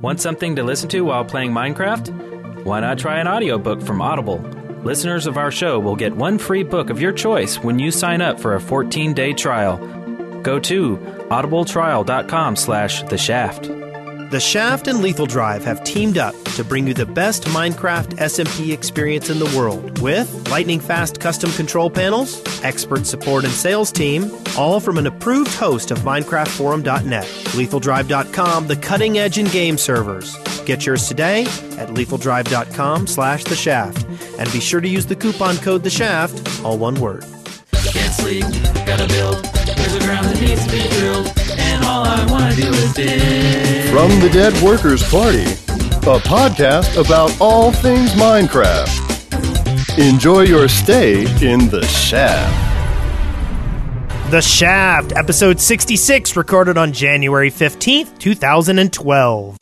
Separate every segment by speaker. Speaker 1: Want something to listen to while playing Minecraft? Why not try an audiobook from Audible? Listeners of our show will get one free book of your choice when you sign up for a 14-day trial. Go to audibletrial.com slash the shaft.
Speaker 2: The Shaft and Lethal Drive have teamed up to bring you the best Minecraft SMP experience in the world with lightning fast custom control panels, expert support and sales team, all from an approved host of MinecraftForum.net, LethalDrive.com, the cutting edge in game servers. Get yours today at LethalDrive.com slash The Shaft and be sure to use the coupon code The Shaft, all one word.
Speaker 3: Can't sleep, gotta build. There's a ground that needs to be drilled, and all I wanna do is dig.
Speaker 4: From the Dead Workers Party, a podcast about all things Minecraft. Enjoy your stay in the shaft.
Speaker 2: The Shaft, episode 66, recorded on January 15th, 2012.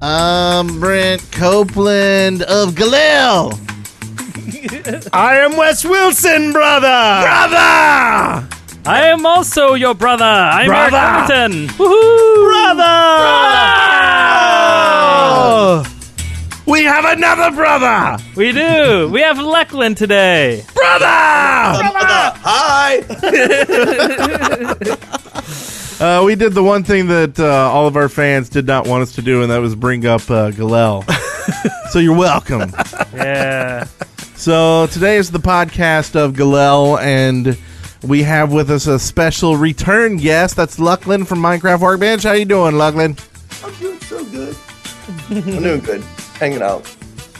Speaker 5: I'm Brent Copeland of Galil.
Speaker 2: I am Wes Wilson, brother! Brother!
Speaker 1: I am also your brother. I'm
Speaker 2: Brother!
Speaker 1: Eric Hamilton. Woohoo!
Speaker 2: Brother! We have another brother!
Speaker 1: We do. We have Lachlan today.
Speaker 2: Brother!
Speaker 6: Uh, we did the one thing that uh, all of our fans did not want us to do, and that was bring up uh, Galel. so you're welcome.
Speaker 1: Yeah.
Speaker 6: So today is the podcast of Galel, and we have with us a special return guest. That's Lucklin from Minecraft Workbench. How you doing, Lucklin?
Speaker 7: I'm doing so good. I'm doing good. Hanging out.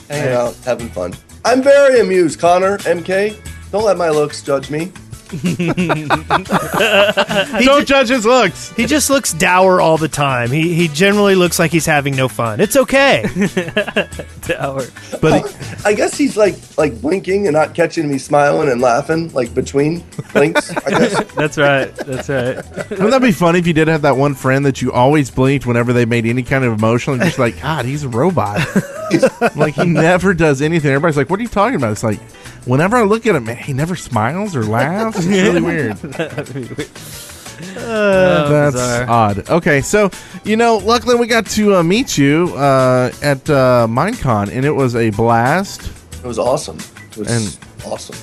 Speaker 7: Hanging out, having fun. I'm very amused, Connor, MK. Don't let my looks judge me.
Speaker 6: Don't judge his looks.
Speaker 2: He just looks dour all the time. He, he generally looks like he's having no fun. It's okay.
Speaker 1: Tower.
Speaker 6: But
Speaker 7: I guess he's like like blinking and not catching me smiling and laughing, like between blinks. I guess.
Speaker 1: That's right. That's right.
Speaker 6: wouldn't that be funny if you did have that one friend that you always blinked whenever they made any kind of emotional, and just like, God, he's a robot. like he never does anything. Everybody's like, "What are you talking about?" It's like, whenever I look at him, man, he never smiles or laughs. It's really weird. Uh, That's
Speaker 1: bizarre.
Speaker 6: odd. Okay, so you know, luckily we got to uh, meet you uh, at uh, MineCon, and it was a blast.
Speaker 7: It was awesome. It was
Speaker 6: And-
Speaker 7: awesome.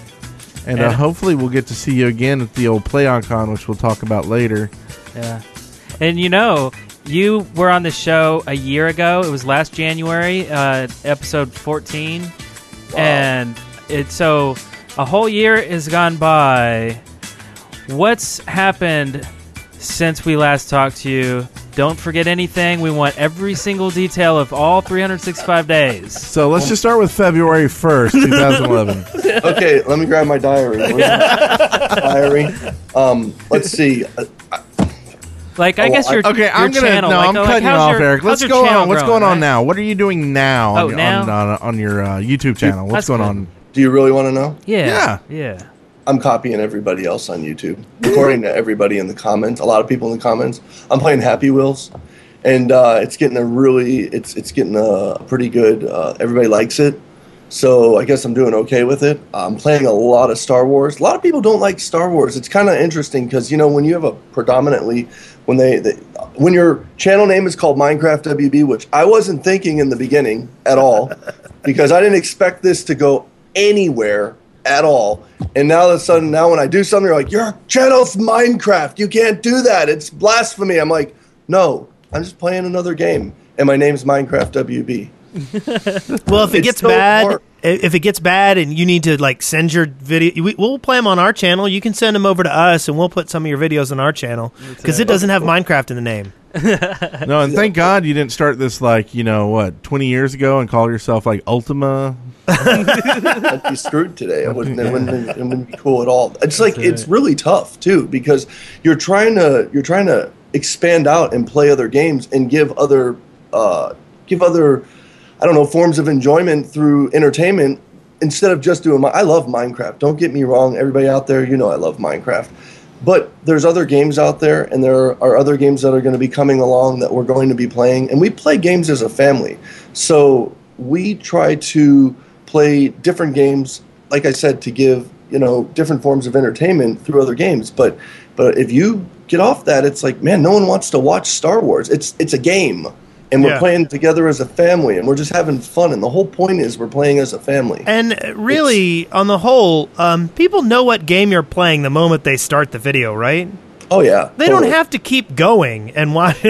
Speaker 6: And, uh,
Speaker 1: And-
Speaker 6: hopefully we'll get to see you again at the old PlayOnCon, which we'll talk about later.
Speaker 1: Yeah. And you know, you were on the show a year ago. It was last January, uh, episode 14. And it so a whole year has gone by. What's happened since we last talked to you? Don't forget anything. We want every single detail of all 365 days.
Speaker 6: So let's just start with February first, two thousand eleven.
Speaker 7: Okay, let me grab my diary. Where's my diary. Um, let's see. Uh,
Speaker 1: Like, I
Speaker 7: Oh,
Speaker 1: guess
Speaker 7: I-
Speaker 1: your
Speaker 6: Okay,
Speaker 1: your
Speaker 6: I'm gonna
Speaker 1: channel,
Speaker 6: no.
Speaker 1: like, oh,
Speaker 6: I'm
Speaker 1: like,
Speaker 6: cutting you
Speaker 1: how's
Speaker 6: off,
Speaker 1: your-
Speaker 6: Eric.
Speaker 1: how's
Speaker 6: Let's
Speaker 1: your
Speaker 6: go
Speaker 1: channel
Speaker 6: on. What's
Speaker 1: growing,
Speaker 6: going on
Speaker 1: right?
Speaker 6: now? What are you doing now?
Speaker 1: Oh,
Speaker 6: on, your-
Speaker 1: now?
Speaker 6: on, on, on your uh, YouTube channel. What's
Speaker 1: That's
Speaker 6: going
Speaker 1: good.
Speaker 6: on?
Speaker 7: Do you really want to know?
Speaker 1: Yeah, yeah,
Speaker 7: I'm copying everybody else on YouTube, according to everybody in the comments. A lot of people in the comments. I'm playing Happy Wheels, and uh, it's getting a really it's it's getting a pretty good. Uh, everybody likes it, so I guess I'm doing okay with it. I'm playing a lot of Star Wars. A lot of people don't like Star Wars. It's kind of interesting because you know when you have a predominantly when they, they when your channel name is called Minecraft WB, which I wasn't thinking in the beginning at all, because I didn't expect this to go anywhere at all. And now all of a sudden, now when I do something, you're like, your channel's Minecraft. You can't do that. It's blasphemy. I'm like, no, I'm just playing another game, and my name's Minecraft WB.
Speaker 2: Well, if it
Speaker 7: It's
Speaker 2: gets
Speaker 7: so
Speaker 2: bad,
Speaker 7: hard.
Speaker 2: if it gets bad, and you need to like send your video, we, we'll play them on our channel. You can send them over to us, and we'll put some of your videos on our channel because it doesn't have Minecraft in the name.
Speaker 6: No, and thank God you didn't start this like you know what twenty years ago and call yourself like Ultima.
Speaker 7: I'd be screwed today. It wouldn't, it wouldn't, it wouldn't be cool at all. It's like it's really tough too because you're trying to you're trying to expand out and play other games and give other uh, give other I don't know forms of enjoyment through entertainment instead of just doing. My, I love Minecraft. Don't get me wrong. Everybody out there, you know I love Minecraft. But there's other games out there, and there are other games that are going to be coming along that we're going to be playing. And we play games as a family. So we try to play different games, like I said, to give you know different forms of entertainment through other games. But but if you get off that, it's like, man, no one wants to watch Star Wars. It's it's a game, and we're
Speaker 2: Yeah.
Speaker 7: playing together as a family, and we're just having fun. And the whole point is we're playing as a family.
Speaker 2: And uh, really, on the whole, um, people know what game you're playing the moment they start the video, right?
Speaker 7: oh yeah,
Speaker 2: They don't have to keep going and watch.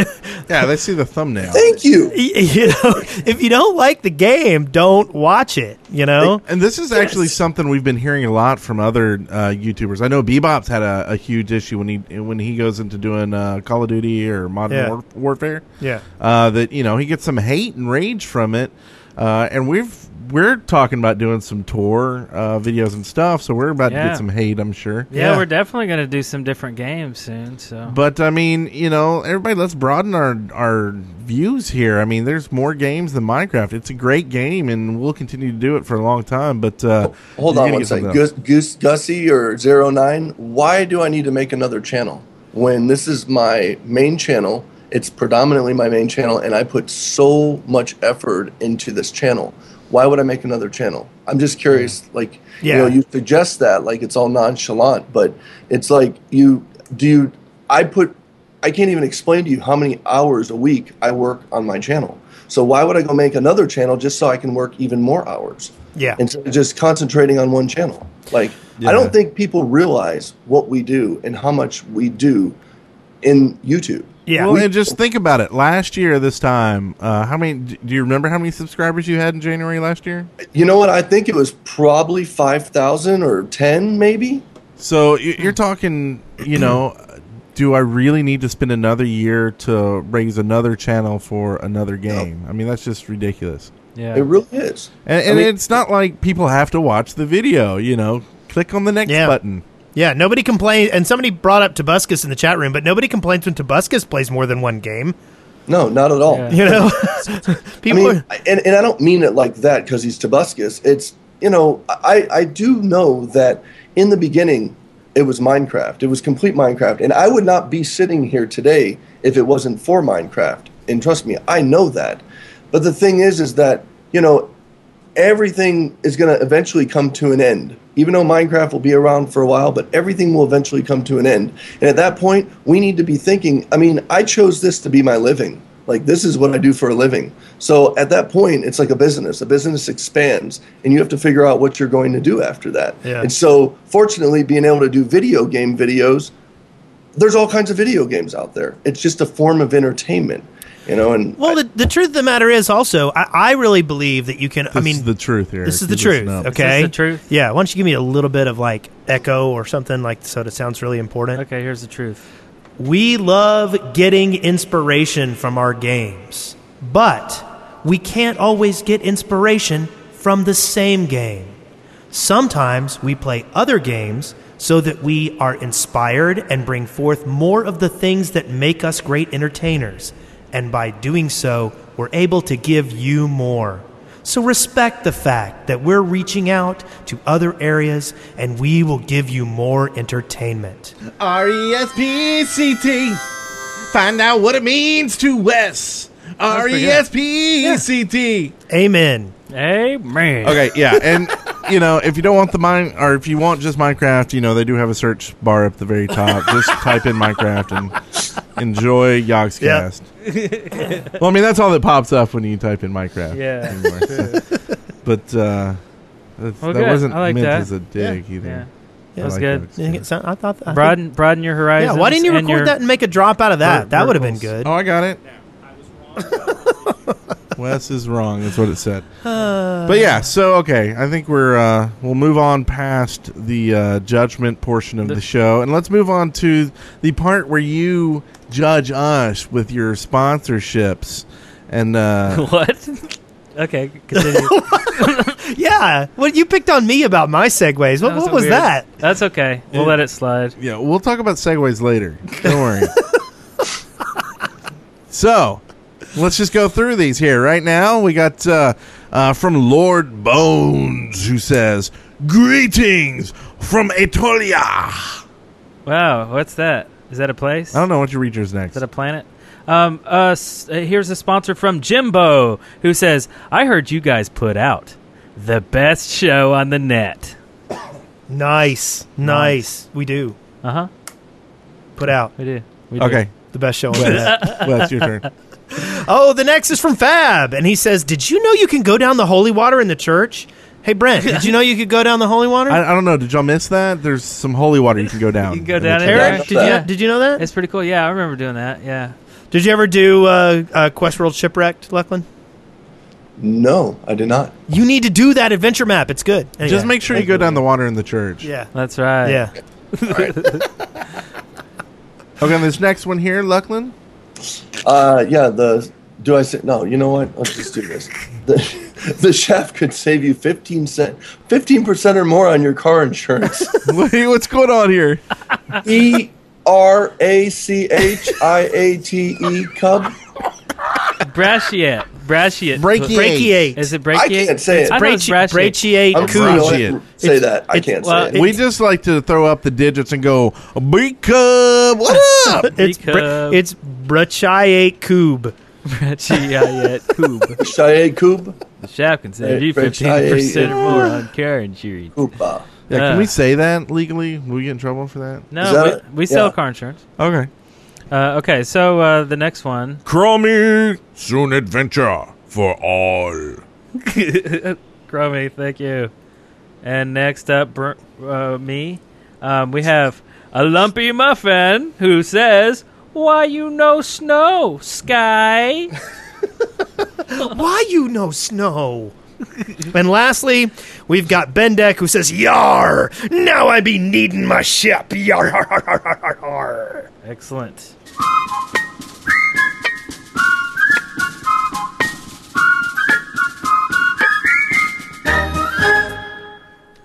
Speaker 6: Yeah, they see the thumbnail.
Speaker 7: Thank you.
Speaker 2: you know, if you don't like the game, don't watch it. You know,
Speaker 6: And this is actually something we've been hearing a lot from other uh, YouTubers. I know Bebop's had a, a huge issue when he when he goes into doing uh, Call of Duty or Modern
Speaker 2: Yeah.
Speaker 6: War- Warfare.
Speaker 2: Yeah.
Speaker 6: uh, that you know he gets some hate and rage from it. Uh, and we've we're talking about doing some tour uh, videos and stuff, so we're about to
Speaker 1: Yeah.
Speaker 6: get some hate, I'm sure.
Speaker 1: Yeah,
Speaker 2: Yeah.
Speaker 1: we're definitely going to do some different games soon. So
Speaker 6: But I mean, you know, everybody, let's broaden our our views here. I mean, there's more games than Minecraft. It's a great game, and we'll continue to do it for a long time. But uh,
Speaker 7: Oh, Hold
Speaker 6: you're
Speaker 7: on
Speaker 6: gonna
Speaker 7: one
Speaker 6: get something
Speaker 7: second.
Speaker 6: else.
Speaker 7: Goose, Goose, Gussie or zero nine. Why do I need to make another channel when this is my main channel? It's predominantly my main channel, and I put so much effort into this channel. Why would I make another channel? I'm just curious. Like,
Speaker 2: Yeah.
Speaker 7: you know, you suggest that like it's all nonchalant, but it's like you do. You, I put. I can't even explain to you how many hours a week I work on my channel. So why would I go make another channel just so I can work even more hours?
Speaker 2: yeah,
Speaker 7: instead of just concentrating on one channel. Like I
Speaker 6: Yeah.
Speaker 7: don't think people realize what we do and how much we do in YouTube.
Speaker 2: yeah.
Speaker 6: Well, and just think about it. Last year, this time, uh, how many? Do you remember how many subscribers you had in January last year?
Speaker 7: You know what? I think it was probably five thousand or ten, maybe.
Speaker 6: So y- you're
Speaker 2: Hmm.
Speaker 6: talking, you know, do I really need to spend another year to raise another channel for another game? I mean, that's just ridiculous.
Speaker 1: yeah,
Speaker 7: It really is.
Speaker 6: And, and
Speaker 7: mean-
Speaker 6: it's not like people have to watch the video. You know, click on the next
Speaker 2: Yeah.
Speaker 6: button.
Speaker 2: Yeah, nobody complains. And somebody brought up Tobuscus in the chat room, but nobody complains when Tobuscus plays more than one game.
Speaker 7: No, not at all.
Speaker 1: Yeah.
Speaker 2: You know,
Speaker 7: I
Speaker 2: people.
Speaker 7: mean,
Speaker 2: are,
Speaker 7: I- and, and I don't mean it like that because he's Tobuscus. It's, you know, I, I do know that in the beginning, it was Minecraft. It was complete Minecraft. And I would not be sitting here today if it wasn't for Minecraft. And trust me, I know that. But the thing is, is that, you know, everything is going to eventually come to an end. Even though Minecraft will be around for a while, but everything will eventually come to an end. And at that point, we need to be thinking. I mean, I chose this to be my living. Like, this is what I do for a living. So at that point, it's like a business. A business expands, and you have to figure out what you're going to do after that.
Speaker 2: Yeah.
Speaker 7: And so, fortunately, being able to do video game videos, there's all kinds of video games out there. It's just a form of entertainment, you know. And
Speaker 2: well, the, the truth of the matter is also, I, I really believe that you can. I
Speaker 6: This
Speaker 2: mean,
Speaker 6: is the truth here.
Speaker 2: this is
Speaker 6: if
Speaker 2: the
Speaker 6: you listen
Speaker 2: truth.
Speaker 6: up.
Speaker 2: Okay,
Speaker 1: Is this the truth?
Speaker 2: Yeah, why don't you give me a little bit of like echo or something like so that it sounds really important.
Speaker 1: Okay, here's the truth.
Speaker 2: We love getting inspiration from our games, but we can't always get inspiration from the same game. Sometimes we play other games so that we are inspired and bring forth more of the things that make us great entertainers. And by doing so, we're able to give you more. So respect the fact that we're reaching out to other areas and we will give you more entertainment.
Speaker 5: R E S P C T. Find out what it means to us. R E S P C T.
Speaker 2: Amen.
Speaker 1: Hey man.
Speaker 6: Okay, yeah, and you know, if you don't want the mine, or if you want just Minecraft, you know, they do have a search bar up the very top. just type in Minecraft and enjoy Yogscast. well, I mean, that's all that pops up when you type in Minecraft.
Speaker 1: Yeah.
Speaker 6: anymore, so. but uh, that's,
Speaker 1: Well,
Speaker 6: that
Speaker 1: good.
Speaker 6: wasn't
Speaker 1: I like
Speaker 6: meant
Speaker 1: that.
Speaker 6: as a dig either.
Speaker 1: Yeah.
Speaker 6: I
Speaker 1: That was
Speaker 6: like
Speaker 1: good.
Speaker 6: Yogscast.
Speaker 2: You think it sound- I thought. I think-
Speaker 1: Broaden broaden your
Speaker 2: yeah,
Speaker 1: horizons.
Speaker 2: why didn't you
Speaker 1: and your-
Speaker 2: record that and make a drop out of that?
Speaker 1: ver-
Speaker 2: that would have been
Speaker 1: verticals.
Speaker 2: good.
Speaker 6: Oh, I got it. Wes is wrong. That's what it said. but yeah, so okay, I think we're uh, we'll move on past the uh, judgment portion of the, show, and let's move on to the part where you judge us with your sponsorships. And uh,
Speaker 1: What? okay, continue.
Speaker 2: Yeah, well, you picked on me about my segues. What,
Speaker 1: That
Speaker 2: what was
Speaker 1: weird.
Speaker 2: that?
Speaker 1: That's okay. We'll let it slide.
Speaker 6: yeah, we'll talk about segues later. Don't worry. so let's just go through these here right now. We got uh, uh, from Lord Bones who says, "Greetings from Etolia."
Speaker 1: Wow, what's that? Is that a place?
Speaker 2: Um,
Speaker 6: I don't know what your reader's next.
Speaker 1: Is that a planet? Um, uh, s- uh, here's a sponsor from Jimbo who says, "I heard you guys put out the best show on the net."
Speaker 2: Nice, nice. We do.
Speaker 1: Uh huh.
Speaker 2: put out.
Speaker 1: Uh-huh, We do. We do.
Speaker 6: Okay,
Speaker 2: The best show on the net.
Speaker 6: Wes, Wes, your turn.
Speaker 2: Oh, the next is from Fab, and he says, "Did you know you can go down the holy water in the church?" Hey Brent, did you know you could go down the holy water?
Speaker 6: I, I don't know. Did y'all miss that? There's some holy water you can go down.
Speaker 1: You can go
Speaker 6: in the
Speaker 1: down
Speaker 6: church.
Speaker 1: there.
Speaker 2: Eric, did you
Speaker 1: Yeah.
Speaker 2: did you know that?
Speaker 1: It's pretty cool. Yeah, I remember doing that. Yeah.
Speaker 2: did you ever do uh, uh, Questworld Shipwrecked, Lachlan?
Speaker 7: No, I did not.
Speaker 2: You need to do that adventure map. It's good. Anyway.
Speaker 6: Just make sure you go down the water in the church.
Speaker 2: Yeah.
Speaker 1: That's right.
Speaker 2: Yeah.
Speaker 6: Okay, and this next one here, Luckland.
Speaker 7: Uh, yeah, the do I say no? You know what? Let's just do this. The, the chef could save you fifteen cent, fifteen percent or more on your car insurance.
Speaker 6: Wait, What's going on here?
Speaker 7: E R A C H I A T E Cub.
Speaker 1: Brachiate. Brachiate.
Speaker 6: Brachiate.
Speaker 2: Brachiate.
Speaker 1: Is it
Speaker 7: I
Speaker 1: brachiate?
Speaker 7: can't say it.
Speaker 1: I thought was
Speaker 2: Brachi- brachiate.
Speaker 7: I'm
Speaker 2: coo-
Speaker 7: gonna
Speaker 6: Brachiate.
Speaker 7: let- say that. I
Speaker 2: it's-
Speaker 7: can't
Speaker 1: well,
Speaker 7: say it.
Speaker 6: we just like to throw up the digits and go, B Cub, what up?
Speaker 2: It's bra-
Speaker 1: Because-
Speaker 2: it's brachiate cube.
Speaker 1: Brachiate. Coob.
Speaker 7: Shaye Koob.
Speaker 1: The shop can save you
Speaker 7: Brachiate.
Speaker 1: 15% or more on car insurance.
Speaker 7: Koopa.
Speaker 6: Yeah, can
Speaker 1: Uh.
Speaker 6: we say that legally? Will we get in trouble for that?
Speaker 7: Is
Speaker 1: No,
Speaker 7: that
Speaker 1: we,
Speaker 7: it?
Speaker 1: we sell
Speaker 7: Yeah.
Speaker 1: car insurance.
Speaker 6: Okay.
Speaker 1: Uh, okay, so uh, the next one.
Speaker 6: Crawl me soon adventure for all.
Speaker 1: Cromie, thank you. And next up, Br- uh, me. Um, we have a lumpy muffin who says, "Why you no snow, sky?"
Speaker 2: Why you no snow? and lastly, we've got Bendek who says, "Yar! Now I be needing my ship." Yar! har, har, har, har, har, har."
Speaker 1: Excellent.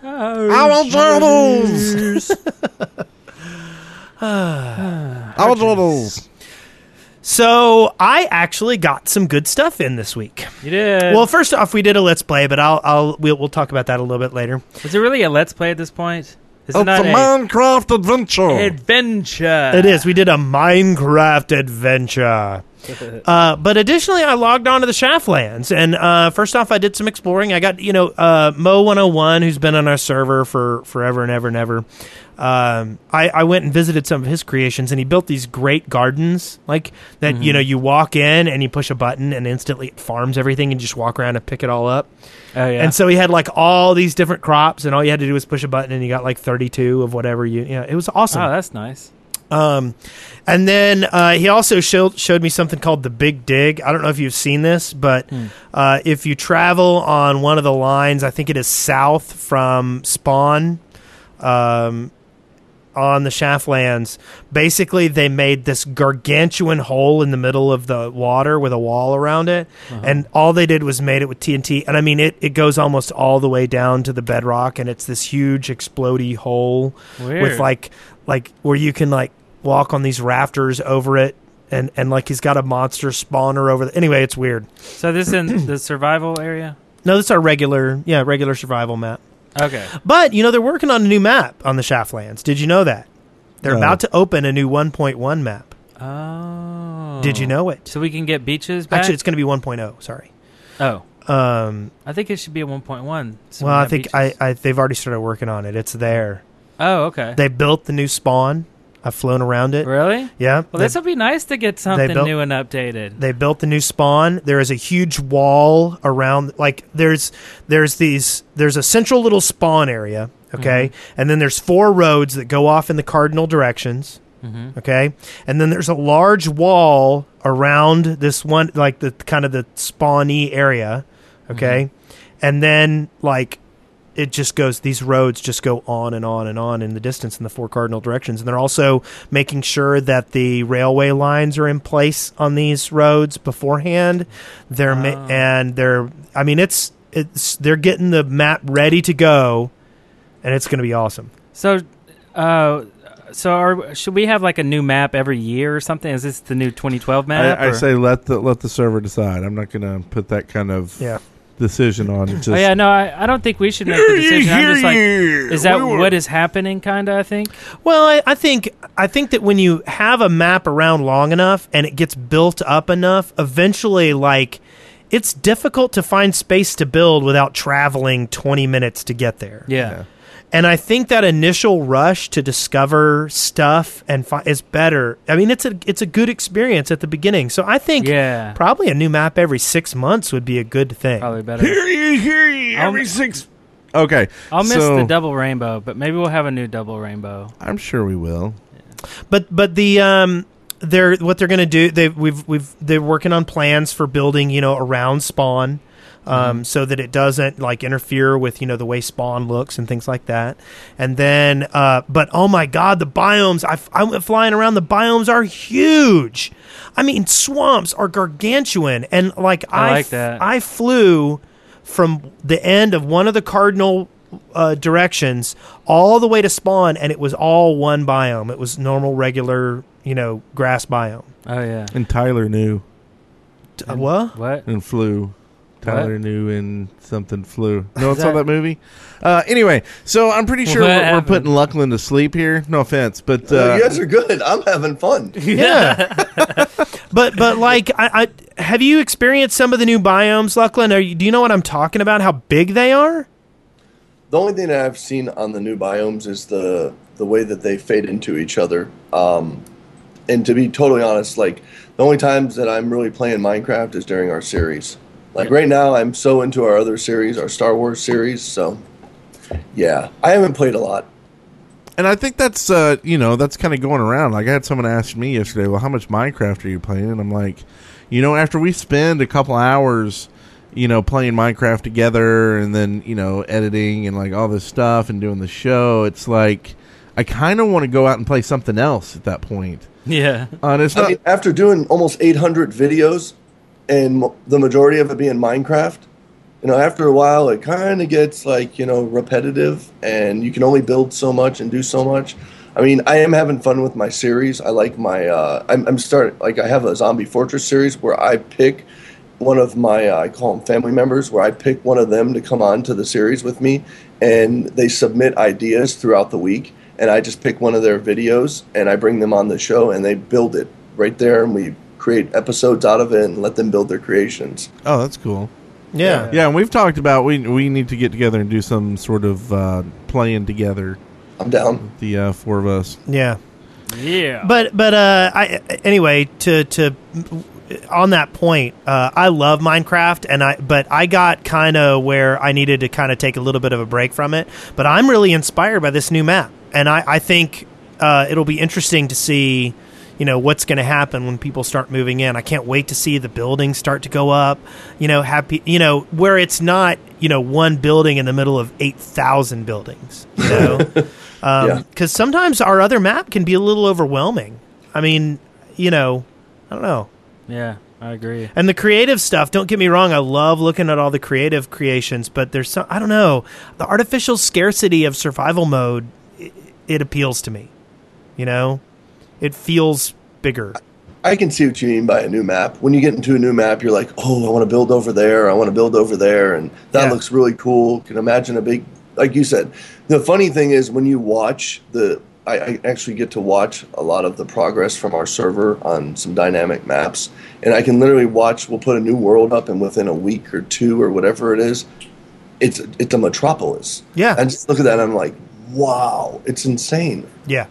Speaker 6: I want turtles. I want turtles.
Speaker 2: So I actually got some good stuff in this week.
Speaker 1: You did.
Speaker 2: Well, first off, we did a let's play, but I'll, I'll we'll, we'll talk about that a little bit later.
Speaker 1: is it really a let's play at this point? Is
Speaker 6: It's a
Speaker 1: it not a
Speaker 6: Minecraft adventure.
Speaker 1: adventure?
Speaker 2: It is. We did a Minecraft adventure. Uh, but additionally, I logged on to the Shaftlands, and uh, first off, I did some exploring. I got you know uh, Mo One Hundred One, who's been on our server for forever and ever and ever. Um, I, I went and visited some of his creations, and he built these great gardens, like that. You know, you walk in and you push a button, and instantly it farms everything, and you just walk around and pick it all up.
Speaker 1: Oh yeah.
Speaker 2: And so he had like all these different crops, and all you had to do was push a button, and you got like thirty-two of whatever you. You know, it was awesome.
Speaker 1: oh, that's nice.
Speaker 2: Um, and then uh, he also showed showed me something called the Big Dig. I don't know if you've seen this, but uh, if you travel on one of the lines, I think it is south from Spawn, um, on the Shaftlands. Basically, they made this gargantuan hole in the middle of the water with a wall around it, and all they did was made it with TNT. And I mean, it it goes almost all the way down to the bedrock, and it's this huge explodey hole
Speaker 1: Weird.
Speaker 2: with like like where you can like walk on these rafters over it and and like he's got a monster spawner over the, anyway it's weird
Speaker 1: So this in the survival area.
Speaker 2: no this is our regular yeah regular survival map
Speaker 1: Okay.
Speaker 2: but you know they're working on a new map on the shaftlands did you know that they're
Speaker 6: No.
Speaker 2: about to open a new 1.1 map
Speaker 1: Oh.
Speaker 2: did you know it
Speaker 1: So we can get beaches back.
Speaker 2: actually it's going to be 1.0 sorry
Speaker 1: oh,
Speaker 2: um
Speaker 1: I think it should be a 1.1. so
Speaker 2: well
Speaker 1: we
Speaker 2: i
Speaker 1: have
Speaker 2: think
Speaker 1: beaches.
Speaker 2: I, I they've already started working on it it's there
Speaker 1: Oh, okay.
Speaker 2: they built the new spawn i've flown around it
Speaker 1: really?
Speaker 2: yeah
Speaker 1: Well, this will be nice to get something
Speaker 2: built-
Speaker 1: new and updated.
Speaker 2: they built the new spawn there is a huge wall around like there's there's these there's a central little spawn area okay and then there's four roads that go off in the cardinal directions okay and then there's a large wall around this one like the kind of the spawny area okay and then like it just goes these roads just go on and on and on in the distance in the four cardinal directions and they're also making sure that the railway lines are in place on these roads beforehand they're ma- and they're i mean it's it's they're getting the map ready to go and it's going to be awesome
Speaker 1: So, uh, so are, should we have like a new map every year or something? Is this the new 2012 map?
Speaker 6: I, I
Speaker 1: or-
Speaker 6: say let the let the server decide. I'm not gonna put that kind of
Speaker 2: yeah
Speaker 6: decision on. Just
Speaker 1: Oh yeah, no, I, I don't think we should make the decision. I'm just like, is that what is happening? Kind of, I think.
Speaker 2: Well, I, I think I think that when you have a map around long enough and it gets built up enough, eventually, like it's difficult to find space to build without traveling twenty minutes to get there.
Speaker 1: Yeah.
Speaker 2: And I think that initial rush to discover stuff and fi- is better. I mean, it's a it's a good experience at the beginning. So I think
Speaker 1: Yeah.
Speaker 2: probably a new map every six months would be a good thing.
Speaker 1: Probably Um, better.
Speaker 5: Hear you, hear you,
Speaker 1: I'll-
Speaker 5: every six.
Speaker 6: Okay.
Speaker 1: I'll miss
Speaker 6: so-
Speaker 1: the double rainbow, but maybe we'll have a new double rainbow.
Speaker 6: I'm sure we will.
Speaker 2: But but the um they're what they're gonna do they we've we've they're working on plans for building you know around spawn. Um, so that it doesn't like interfere with you know the way spawn looks and things like that, and then uh, but oh my god the biomes I, f- I went flying around the biomes are huge, I mean swamps are gargantuan and like I,
Speaker 1: like
Speaker 2: f-
Speaker 1: that.
Speaker 2: I flew from the end of one of the cardinal uh, directions all the way to spawn, and it was all one biome. It was normal, regular, you know, grass biome.
Speaker 1: Oh yeah.
Speaker 6: And Tyler knew
Speaker 2: T- what?
Speaker 1: What?
Speaker 6: and flew. Tyler knew and something flew. No, I saw
Speaker 1: that-
Speaker 6: that movie. Uh, anyway, so I'm pretty sure
Speaker 1: What
Speaker 6: we're, we're
Speaker 1: happened?
Speaker 6: putting Luckland to sleep here. No offense, but
Speaker 7: No,
Speaker 6: uh,
Speaker 7: you guys are good. I'm having fun.
Speaker 2: Yeah. but but like I, I have you experienced some of the new biomes, Luckland? Are you, do you know what I'm talking about? How big they are?
Speaker 7: The only thing that I've seen on the new biomes is the the way that they fade into each other. Um, and to be totally honest, like the only times that I'm really playing Minecraft is during our series. Like right now, I'm so into our other series, our Star Wars series. So, yeah, I haven't played a lot.
Speaker 6: and I think that's uh, you know that's kind of going around. Like I had someone ask me yesterday, well, how much Minecraft are you playing? And I'm like, you know, after we spend a couple hours, you know, playing Minecraft together, and then you know, editing and like all this stuff and doing the show, it's like I kind of want to go out and play something else at that point.
Speaker 1: Yeah.
Speaker 6: Uh, and it's
Speaker 7: I
Speaker 6: not.
Speaker 7: mean, after doing almost 800 videos, and m- the majority of it being Minecraft, you know, after a while, it kind of gets like you know repetitive, and you can only build so much and do so much. I mean, I am having fun with my series. I like my. Uh, I'm, I'm start like I have a Zombie Fortress series where I pick one of my uh, I call them family members, where I pick one of them to come on to the series with me, and they submit ideas throughout the week, and I just pick one of their videos and I bring them on the show, and they build it right there, and we create episodes out of it and let them build their creations.
Speaker 6: oh, that's cool.
Speaker 2: Yeah.
Speaker 6: Yeah, and we've talked about we we need to get together and do some sort of uh, playing together,
Speaker 7: I'm down.
Speaker 6: the uh, four of us.
Speaker 2: Yeah.
Speaker 1: Yeah.
Speaker 2: But but uh, I anyway to to on that point, uh, I love Minecraft, and I but I got kind of where I needed to kind of take a little bit of a break from it. But I'm really inspired by this new map, and I I think uh, it'll be interesting to see. You know what's going to happen when people start moving in. I can't wait to see the buildings start to go up. You know, happy. You know where it's not. You know, one building in the middle of eight thousand buildings. You know,
Speaker 7: yeah.
Speaker 2: because Um, sometimes our other map can be a little overwhelming. I mean, you know, I don't know.
Speaker 1: yeah. I agree.
Speaker 2: And the creative stuff, don't get me wrong, I love looking at all the creative creations, but there's some, I don't know, the artificial scarcity of survival mode, it, it appeals to me. You know, it feels bigger.
Speaker 7: I can see what you mean by a new map. When you get into a new map, you're like, oh, I want to build over there. I want to build over there. And that
Speaker 2: Yeah.
Speaker 7: looks really cool. Can imagine a big, like you said. The funny thing is, when you watch the, I, I actually get to watch a lot of the progress from our server on some dynamic maps. And I can literally watch, we'll put a new world up, and within a week or two or whatever it is, it's, it's a metropolis.
Speaker 2: Yeah.
Speaker 7: And just look at that. And I'm like, wow, it's insane.
Speaker 2: Yeah.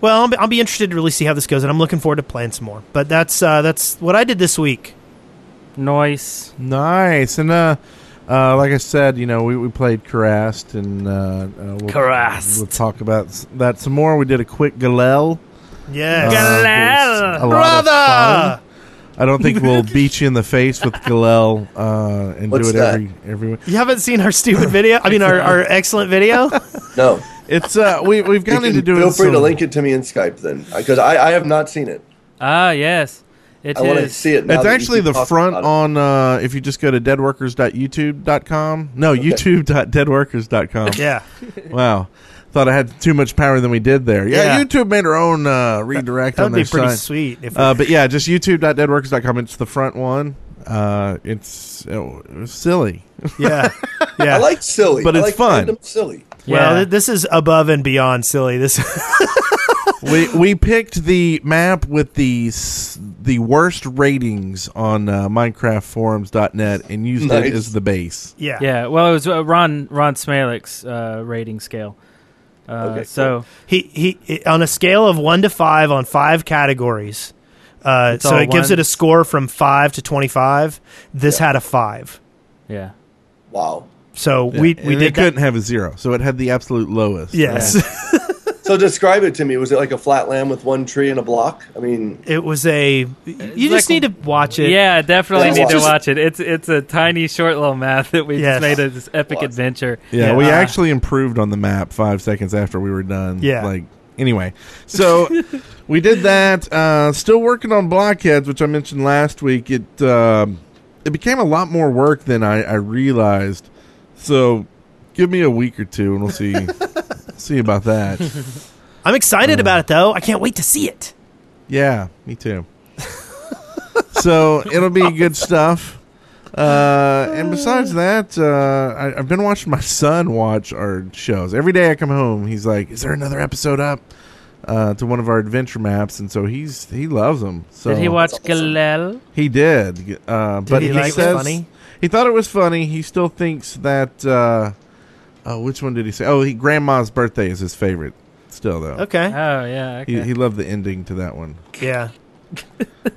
Speaker 2: Well, I'll be, I'll be interested to really see how this goes, and I'm looking forward to playing some more. But that's uh, that's what I did this week.
Speaker 1: Noise.
Speaker 6: Nice, and uh, uh, like I said, you know, we, we played Karast, and uh, uh, we'll,
Speaker 1: Karast.
Speaker 6: We'll talk about s- that some more. We did a quick Galel. Uh,
Speaker 2: Yeah,
Speaker 1: Galel.
Speaker 2: brother.
Speaker 6: I don't think we'll beat you in the face with Galel uh, and do
Speaker 7: What's
Speaker 6: it
Speaker 7: that?
Speaker 6: every every.
Speaker 2: You haven't seen our stupid video? I mean, our, our excellent video?
Speaker 7: No.
Speaker 6: It's uh, we we've
Speaker 7: You
Speaker 6: gotten into
Speaker 7: can-
Speaker 6: doing.
Speaker 7: feel free to
Speaker 6: some-
Speaker 7: link it to me in Skype then, because I, I have not seen it.
Speaker 1: Ah, yes. It
Speaker 7: I want to
Speaker 1: is.
Speaker 7: see it. now
Speaker 6: It's
Speaker 7: that you
Speaker 6: actually
Speaker 7: keep
Speaker 6: the
Speaker 7: talking
Speaker 6: front
Speaker 7: about
Speaker 6: on uh, if you just go to deadworkers.youtube.com. No, youtube.deadworkers.com.
Speaker 2: yeah.
Speaker 6: Wow. Thought I had too much power than we did there. Yeah,
Speaker 2: Yeah.
Speaker 6: YouTube made our own uh, redirect
Speaker 2: That
Speaker 6: on
Speaker 2: would be
Speaker 6: their
Speaker 2: pretty
Speaker 6: site.
Speaker 2: sweet. If
Speaker 6: Uh, but yeah, just youtube.deadworkers.com. It's the front one. Uh, it's uh, silly.
Speaker 2: yeah. Yeah.
Speaker 7: it. I like silly,
Speaker 6: But
Speaker 7: I
Speaker 6: it's
Speaker 7: like
Speaker 6: fun.
Speaker 7: random Silly.
Speaker 2: well,
Speaker 1: Yeah.
Speaker 2: th- this is above and beyond silly. This
Speaker 6: we we picked the map with the s- the worst ratings on uh, MinecraftForums.net and used
Speaker 7: Nice.
Speaker 6: it as the base.
Speaker 2: Yeah.
Speaker 1: Yeah, well, it was uh, Ron Ron Smalik's uh, rating scale. Uh,
Speaker 7: Okay,
Speaker 1: so
Speaker 2: He, he he- on a scale of one to five on five categories. Uh,
Speaker 1: It's
Speaker 2: so
Speaker 1: all
Speaker 2: it gives
Speaker 1: one.
Speaker 2: it a score from five to twenty five. This had a five.
Speaker 1: yeah,
Speaker 7: Wow.
Speaker 2: So we
Speaker 6: And
Speaker 2: we
Speaker 6: it
Speaker 2: did that.
Speaker 6: couldn't have a zero, so it had the absolute lowest.
Speaker 2: Yes.
Speaker 7: So describe it to me. Was it like a flat land with one tree and a block? I mean,
Speaker 2: it was a you just
Speaker 1: like-
Speaker 2: need to watch it.
Speaker 1: yeah, definitely
Speaker 7: Just
Speaker 1: need to
Speaker 7: watch-
Speaker 1: watch it. It's it's a tiny, short little map that we just
Speaker 2: Yes.
Speaker 1: made a, this epic
Speaker 7: Watch.
Speaker 1: adventure.
Speaker 6: Yeah,
Speaker 2: Yeah.
Speaker 6: we
Speaker 1: Uh,
Speaker 6: actually improved on the map five seconds after we were done.
Speaker 2: Yeah.
Speaker 6: Like, anyway, so we did that. Uh, still working on blockheads, which I mentioned last week. It um it became a lot more work than I, I realized. So give me a week or two, and we'll see see about that.
Speaker 2: I'm excited about it though. I can't wait to see it.
Speaker 6: Yeah, me too. so it'll be good stuff. Uh, and besides that, uh, I, I've been watching my son watch our shows. Every day I come home, he's like, "Is there another episode up?" Uh, to one of our adventure maps, and so he's he loves them. So
Speaker 1: Did he watch
Speaker 7: That's awesome.
Speaker 1: Galil?
Speaker 6: He did, uh, but
Speaker 2: he
Speaker 6: he,
Speaker 2: like it was
Speaker 6: says
Speaker 2: funny?
Speaker 6: he thought it was funny. He still thinks that. Uh, oh, which one did he say? Oh, he, Grandma's birthday is his favorite. Still though,
Speaker 1: Oh
Speaker 2: Okay.
Speaker 1: yeah, okay.
Speaker 6: he, he loved the ending to that one.
Speaker 2: Yeah.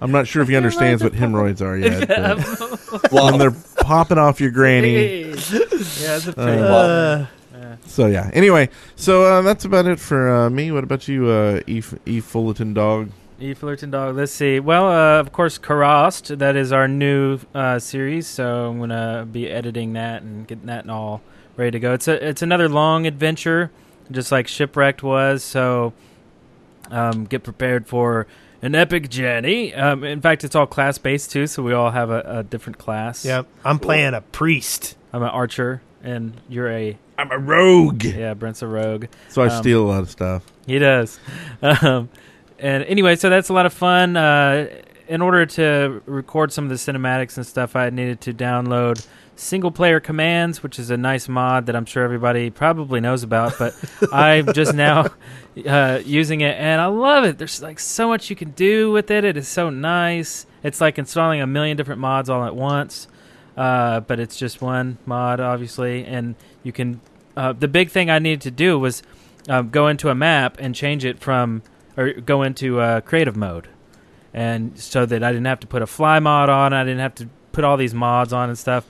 Speaker 6: I'm not sure if he understands what hemorrhoids are yet. but when
Speaker 7: wow.
Speaker 6: they're popping off your granny.
Speaker 1: yeah, it's a pretty
Speaker 6: Uh,
Speaker 2: Uh,
Speaker 6: So yeah. Anyway, so uh, that's about it for uh, me. What about you, uh, E. F- e Fullerton dog?
Speaker 1: E Fullerton Dog. Let's see. Well, uh, of course, Karast. That is our new uh, series, so I'm gonna be editing that and getting that and all ready to go. It's a it's another long adventure, just like Shipwrecked was. So um, get prepared for an epic journey. Um, in fact, it's all class based too, so we all have a, a different class.
Speaker 2: yep. I'm playing a priest.
Speaker 1: I'm an archer, and you're a
Speaker 6: I'm a rogue.
Speaker 1: yeah, Brent's a rogue.
Speaker 6: So I
Speaker 1: Um,
Speaker 6: steal a lot of stuff.
Speaker 1: He does. Um, and anyway, so that's a lot of fun. Uh, in order to record some of the cinematics and stuff, I needed to download single player commands, which is a nice mod that I'm sure everybody probably knows about, but I'm just now uh, using it and I love it. There's like so much you can do with it. It is so nice. It's like installing a million different mods all at once, uh, but it's just one mod, obviously. And you can. Uh, the big thing I needed to do was um, go into a map and change it from, or go into uh, creative mode, and so that I didn't have to put a fly mod on, I didn't have to put all these mods on and stuff.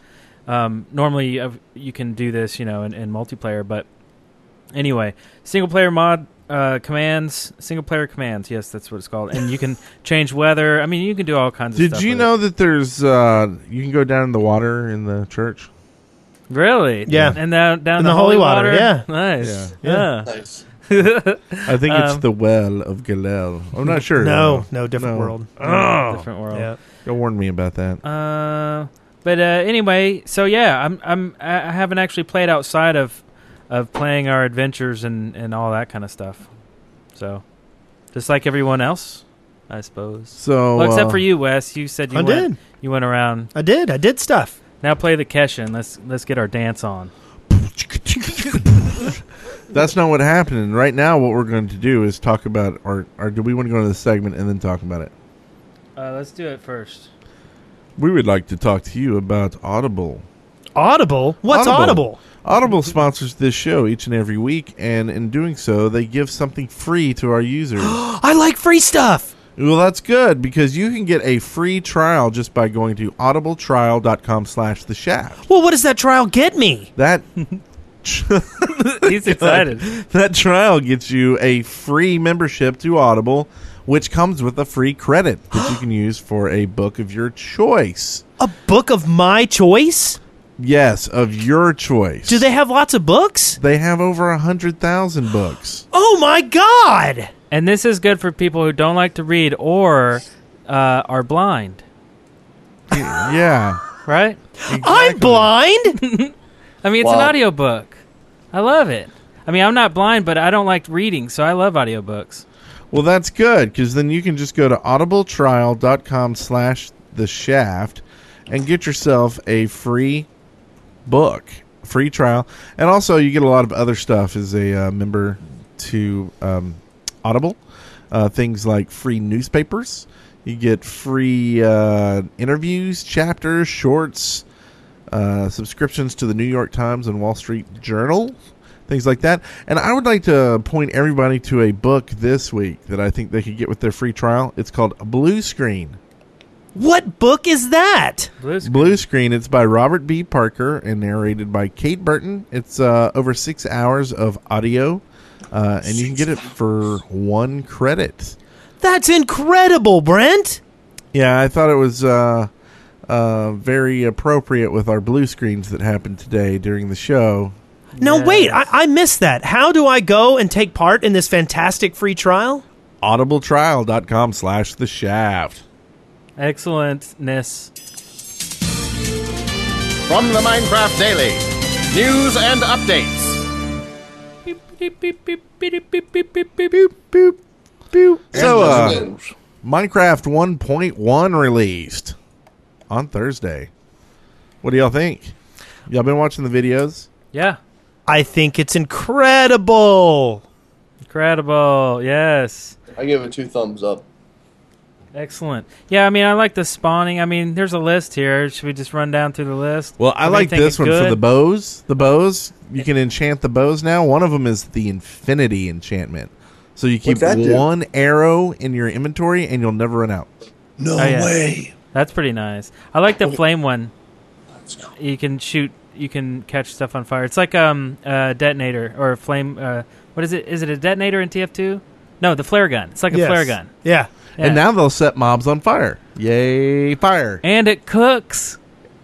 Speaker 1: Um, normally, uh, you can do this, you know, in, in multiplayer, but anyway, single player mod uh, commands, single player commands. Yes, that's what it's called, and you can change weather. I mean, you can do all kinds of
Speaker 6: Did
Speaker 1: stuff.
Speaker 6: you
Speaker 1: with
Speaker 6: know that there's uh, you can go down in the water in the church?
Speaker 1: it. Really?
Speaker 2: Yeah.
Speaker 1: And down down
Speaker 2: In
Speaker 1: the,
Speaker 2: the holy water, yeah.
Speaker 1: Nice.
Speaker 2: Yeah.
Speaker 7: Nice.
Speaker 1: yeah.
Speaker 6: I think it's
Speaker 1: Um,
Speaker 6: the well of Galil. I'm not sure.
Speaker 2: No, no, different
Speaker 6: No.
Speaker 2: world.
Speaker 6: Oh.
Speaker 1: Different world.
Speaker 2: Yeah.
Speaker 6: Don't warn me about that.
Speaker 1: Oh. Uh, but uh, anyway, so yeah, I'm I'm I I haven't actually played outside of of playing our adventures and and all that kind of stuff. So, just like everyone else, I suppose.
Speaker 6: So
Speaker 1: well, except
Speaker 6: uh,
Speaker 1: for you, Wes. You said you
Speaker 2: I
Speaker 1: went
Speaker 2: did.
Speaker 1: you went around.
Speaker 2: I did. I did stuff.
Speaker 1: Now play the Keshin. Let's let's get our dance on.
Speaker 6: That's not what happened. And right now, what we're going to do is talk about, or, or do we want to go into the segment and then talk about it?
Speaker 1: Uh, let's do it first.
Speaker 6: We would like to talk to you about Audible.
Speaker 2: Audible. What's
Speaker 6: Audible.
Speaker 2: Audible?
Speaker 6: Audible sponsors this show each and every week, and in doing so, they give something free to our users.
Speaker 2: I like free stuff.
Speaker 6: well, that's good because you can get a free trial just by going to audibletrial.com slash the shaft.
Speaker 2: Well, what does that trial get me?
Speaker 6: That
Speaker 1: He's excited.
Speaker 6: that trial gets you a free membership to Audible, which comes with a free credit that you can use for a book of your choice.
Speaker 2: A book of my choice?
Speaker 6: Yes, of your choice.
Speaker 2: Do they have lots of books?
Speaker 6: They have over a hundred thousand books.
Speaker 2: Oh my god!
Speaker 1: And this is good for people who don't like to read or uh, are blind,
Speaker 6: yeah.
Speaker 1: right?
Speaker 2: I'm blind.
Speaker 1: I mean, it's an
Speaker 7: Wow.
Speaker 1: audiobook. I love it. I mean, I'm not blind, but I don't like reading, so I love audiobooks.
Speaker 6: Well, that's good because then you can just go to audibletrial.com slash the shaft and get yourself a free book, free trial. And also, you get a lot of other stuff as a uh, member to um, Audible. uh, things like free newspapers. You get free uh, interviews, chapters, shorts, uh, subscriptions to the New York Times and Wall Street Journal, things like that. And I would like to point everybody to a book this week that I think they could get with their free trial. It's called Blue Screen.
Speaker 2: What book is that?
Speaker 1: Blue screen.
Speaker 6: Blue Screen. It's by Robert B. Parker and narrated by Kate Burton. It's uh, over six hours of audio, uh, and you can get it for one credit.
Speaker 2: That's incredible, Brent.
Speaker 6: Yeah, I thought it was uh, uh, very appropriate with our blue screens that happened today during the show.
Speaker 2: No,
Speaker 1: Yes.
Speaker 2: wait, I, I missed that. How do I go and take part in this fantastic free trial?
Speaker 6: Audibletrial.com slash the shaft.
Speaker 1: Excellentness.
Speaker 4: From the Minecraft Daily, news and updates.
Speaker 6: So,
Speaker 7: That's
Speaker 6: uh, Minecraft 1.1 released on Thursday. What do y'all think? Y'all been watching the videos?
Speaker 1: Yeah.
Speaker 2: I think it's incredible.
Speaker 1: Incredible. Yes.
Speaker 7: I give it two thumbs up.
Speaker 1: Excellent. Yeah, I mean, I like the spawning. I mean, there's a list here. Should we just run down through the list?
Speaker 6: Well, I
Speaker 1: Everybody
Speaker 6: like
Speaker 1: think
Speaker 6: this
Speaker 1: it's
Speaker 6: one for
Speaker 1: good?
Speaker 6: the bows. The bows, you can enchant the bows now. One of them is the infinity enchantment. So you keep
Speaker 7: What's that do?
Speaker 6: one arrow in your inventory and you'll never run out.
Speaker 7: No
Speaker 1: Oh, yeah.
Speaker 7: way.
Speaker 1: That's pretty nice. I like
Speaker 2: Oh.
Speaker 1: the flame one. You can shoot. You can catch stuff on fire. It's like um a detonator or a flame. Uh, what is it? Is it a detonator in TF2? No, the flare gun. It's like a
Speaker 2: Yes.
Speaker 1: flare gun.
Speaker 2: Yeah.
Speaker 1: Yeah.
Speaker 6: And now they'll set mobs on fire. Yay, fire.
Speaker 1: and it cooks.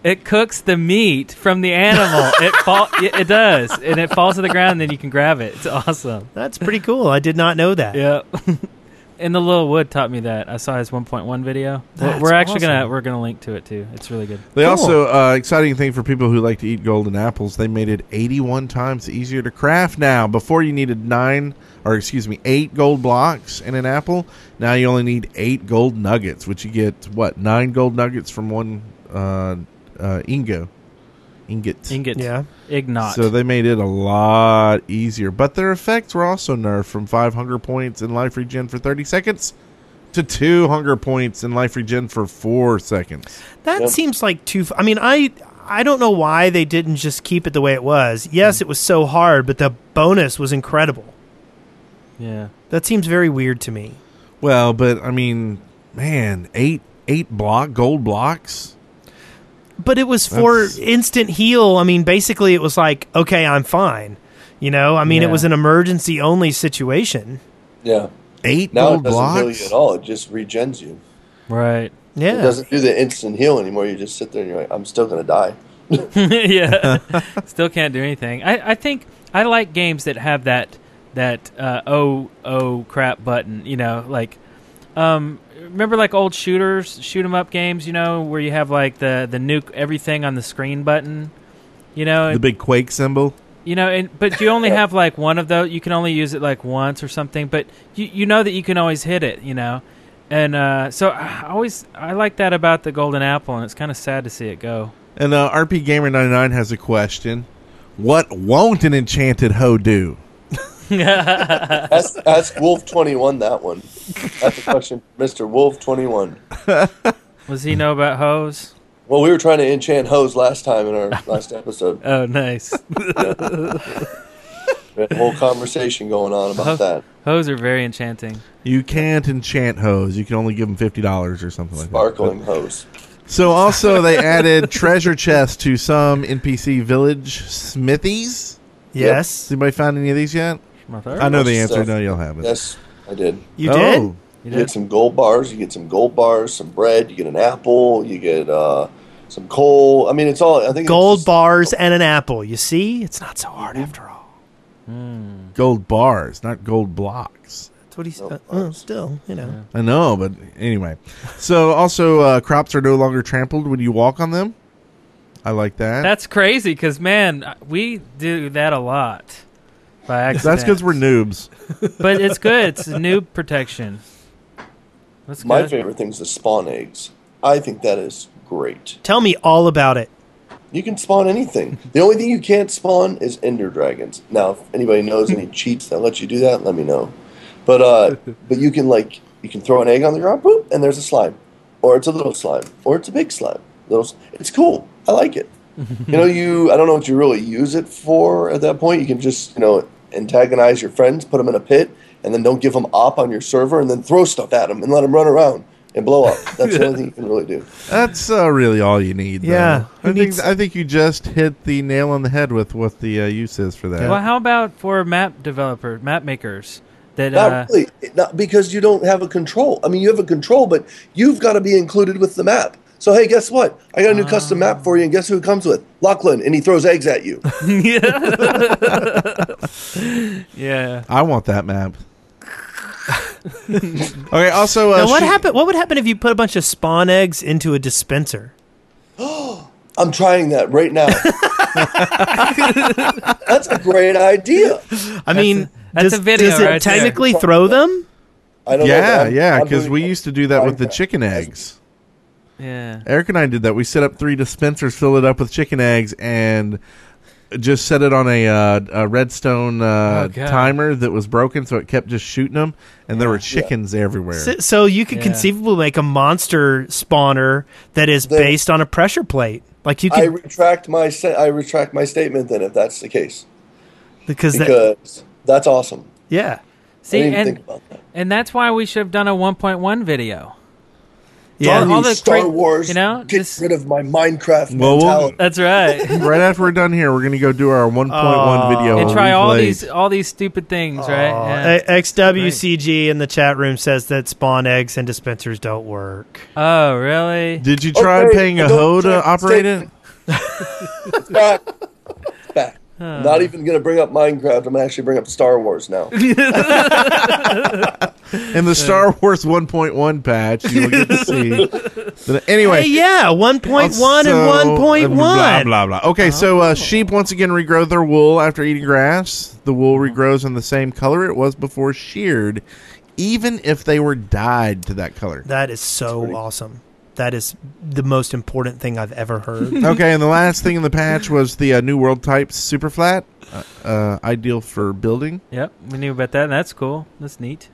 Speaker 1: It cooks the meat from the animal. it fall. It it does, and it falls to the ground. and Then you can grab it. It's awesome.
Speaker 2: That's pretty cool. I did not know that.
Speaker 1: Yep. and the little wood taught me that. I saw his 1.1 video. We're-
Speaker 2: That's
Speaker 1: we're actually gonna
Speaker 2: awesome.
Speaker 1: we're gonna link to it too. It's really good.
Speaker 6: They
Speaker 2: Cool.
Speaker 6: also, uh, exciting thing for people who like to eat golden apples, they made it 81 times easier to craft now. Before you needed nine, or excuse me, eight gold blocks in an apple. Now you only need eight gold nuggets, which you get, what, nine gold nuggets from one uh, uh, ingo. Ingot.
Speaker 1: Ingot.
Speaker 2: Yeah.
Speaker 1: Ignot.
Speaker 6: So they made it a lot easier. But their effects were also nerfed from five hunger points and life regen for 30 seconds to two hunger points and life regen for four seconds.
Speaker 2: That
Speaker 7: Yep.
Speaker 2: seems like too. F- I mean, I I don't know why they didn't just keep it the way it was. Yes,
Speaker 7: Mm.
Speaker 2: it was so hard, but the bonus was incredible.
Speaker 1: yeah.
Speaker 2: That seems very weird to me.
Speaker 6: Well, but I mean, man, eight eight block gold blocks.
Speaker 2: But it was for
Speaker 6: That's-
Speaker 2: instant heal. I mean, basically, it was like, okay, I'm fine. You know, I mean, it
Speaker 1: Yeah.
Speaker 2: was an emergency only situation.
Speaker 7: Yeah.
Speaker 6: Eight
Speaker 7: Now
Speaker 6: gold
Speaker 7: it doesn't heal you
Speaker 6: blocks.
Speaker 7: at all. It just regens you.
Speaker 1: Right.
Speaker 2: Yeah.
Speaker 7: It doesn't do the instant heal anymore. You just sit there and you're like, I'm still gonna die.
Speaker 1: yeah, still can't do anything. I, I think I like games that have that that uh, oh oh crap button. You know, like um, remember like old shooters, shoot 'em up games. You know, where you have like the the nuke everything on the screen button. You know,
Speaker 6: The
Speaker 1: and,
Speaker 6: big quake symbol.
Speaker 1: you know, and but you only have like one of those. You can only use it like once or something. But you you know that you can always hit it. You know. And uh, so I always I like that about the golden apple, and it's kind of sad to see it go.
Speaker 6: And uh, RP Gamer ninety nine has a question. What won't an enchanted hoe do?
Speaker 7: Ask, ask Wolf twenty one that one. That's a question, Mister Wolf twenty one.
Speaker 1: Does he know about hoes?
Speaker 7: Well, we were trying to enchant hose last time in our last episode.
Speaker 1: Oh, nice.
Speaker 7: We had a whole conversation going on
Speaker 2: Uh-huh.
Speaker 7: about that.
Speaker 1: Hoes are very enchanting.
Speaker 6: You can't enchant hoes. You can only give them fifty dollars or something like
Speaker 7: Sparkling hose.
Speaker 6: that. So also they added treasure chests to some NPC village smithies.
Speaker 2: yes.
Speaker 6: Has anybody found any of these yet? I know the answer. No, you'll have it.
Speaker 7: Yes, I did.
Speaker 2: You
Speaker 6: oh,
Speaker 1: You
Speaker 7: You get
Speaker 1: did?
Speaker 7: some gold bars. You get some gold bars, some bread. You get an apple. You get uh, some coal. I mean, it's all. I think
Speaker 2: did?
Speaker 7: it's
Speaker 2: Gold
Speaker 7: just-
Speaker 2: bars and an apple. You see? It's not so hard after all.
Speaker 6: gold bars, not gold blocks.
Speaker 2: That's what he said.
Speaker 7: Gold
Speaker 2: Uh, still, you know.
Speaker 6: I know, but anyway. So also, uh, crops are no longer trampled when you walk on them. I like that.
Speaker 1: That's crazy because, man, we do that a lot by accident.
Speaker 6: That's because we're noobs.
Speaker 1: But it's good. It's noob protection. That's
Speaker 7: My
Speaker 1: good.
Speaker 7: favorite thing's the spawn eggs. I think that is great.
Speaker 2: Tell me all about it.
Speaker 7: You can spawn anything. the only thing you can't spawn is ender dragons. Now, if anybody knows any cheats that let you do that, let me know. But uh, but you can like you can throw an egg on the ground, boop, and there's a slime, or it's a little slime, or it's a big slime. Little, s- it's cool. I like it. you know, you I don't know what you really use it for at that point. You can just you know antagonize your friends, put them in a pit, and then don't give them up on your server, and then throw stuff at them and let them run around and blow up. That's the only thing you can really do.
Speaker 6: That's uh, really all you need. though.
Speaker 2: Yeah. Who
Speaker 6: I think
Speaker 2: needs-
Speaker 6: I think you just hit the nail on the head with what the uh, use is for that.
Speaker 1: Well, how about for map developers, map makers that
Speaker 7: Not
Speaker 1: uh,
Speaker 7: really, It- not because you don't have a control. I mean, you have a control, but you've got to be included with the map. So hey, guess what? I got a new custom map for you, and guess who it comes with? Lachlan, and he throws eggs at you.
Speaker 1: yeah.
Speaker 6: I want that map. okay. Also, uh,
Speaker 2: Now, what
Speaker 6: she-
Speaker 2: happen? What would happen if you put a bunch of spawn eggs into a dispenser?
Speaker 7: I'm trying that right now. That's a great idea.
Speaker 2: I mean,
Speaker 1: that's
Speaker 2: does,
Speaker 1: a video
Speaker 2: does it
Speaker 1: right there.
Speaker 2: technically throw them?
Speaker 7: I don't know,
Speaker 6: Yeah,
Speaker 7: but I'm-
Speaker 6: yeah,
Speaker 7: I'm
Speaker 6: because
Speaker 7: doing
Speaker 6: we
Speaker 7: that.
Speaker 6: used to do that with the
Speaker 7: Minecraft.
Speaker 6: chicken eggs.
Speaker 1: Yeah.
Speaker 6: Eric and I did that. We set up three dispensers, fill it up with chicken eggs, and just set it on a, uh, a redstone uh,
Speaker 1: Oh, God.
Speaker 6: timer that was broken, so it kept just shooting them, and there were chickens everywhere.
Speaker 2: So, so you could
Speaker 1: Yeah.
Speaker 2: conceivably make a monster spawner that is
Speaker 7: They-
Speaker 2: based on a pressure plate. Like you
Speaker 7: I
Speaker 2: could
Speaker 7: retract my sa- I retract my statement then if that's the case
Speaker 2: because that,
Speaker 7: because that's awesome.
Speaker 2: yeah.
Speaker 7: I
Speaker 1: See,
Speaker 7: didn't
Speaker 1: and
Speaker 7: think about that.
Speaker 1: and that's why we should have done a 1.1 video.
Speaker 2: Yeah.
Speaker 7: Darn
Speaker 1: all
Speaker 7: you,
Speaker 1: the
Speaker 7: Star
Speaker 1: cra-
Speaker 7: Wars,
Speaker 1: you know,
Speaker 7: get
Speaker 1: just-
Speaker 7: rid of my Minecraft
Speaker 6: Well, we'll-
Speaker 7: mentality.
Speaker 1: That's right. Oh,
Speaker 6: right after we're done here, we're gonna go do our 1.1 video
Speaker 1: and
Speaker 6: on
Speaker 1: try all
Speaker 6: replay.
Speaker 1: these all these stupid things, right? Yeah.
Speaker 2: A- XWCG in the chat room says that spawn eggs and dispensers don't work.
Speaker 1: oh, really?
Speaker 6: Did you try
Speaker 7: Okay,
Speaker 6: paying a
Speaker 7: adult
Speaker 6: hoe to
Speaker 7: chicken
Speaker 6: operate it?
Speaker 7: steak. back. back. Not even going to bring up Minecraft. I'm going to actually bring up Star Wars now.
Speaker 6: In the Star Wars 1.1 patch, you will get to see. But anyway,
Speaker 2: Hey, yeah, one point one and
Speaker 6: Also-
Speaker 2: one point
Speaker 6: uh, Blah
Speaker 2: one. Oh.
Speaker 6: blah blah. Okay, so uh, sheep once again regrow their wool after eating grass. The
Speaker 2: Oh.
Speaker 6: wool regrows in the same color it was before sheared, even if they were dyed to that color.
Speaker 2: That is so awesome. That is the most important thing I've ever heard.
Speaker 6: okay, and the last thing in the patch was the uh, new world type super flat, uh, uh, ideal for building.
Speaker 1: Yep, we knew about that. And that's cool. That's neat.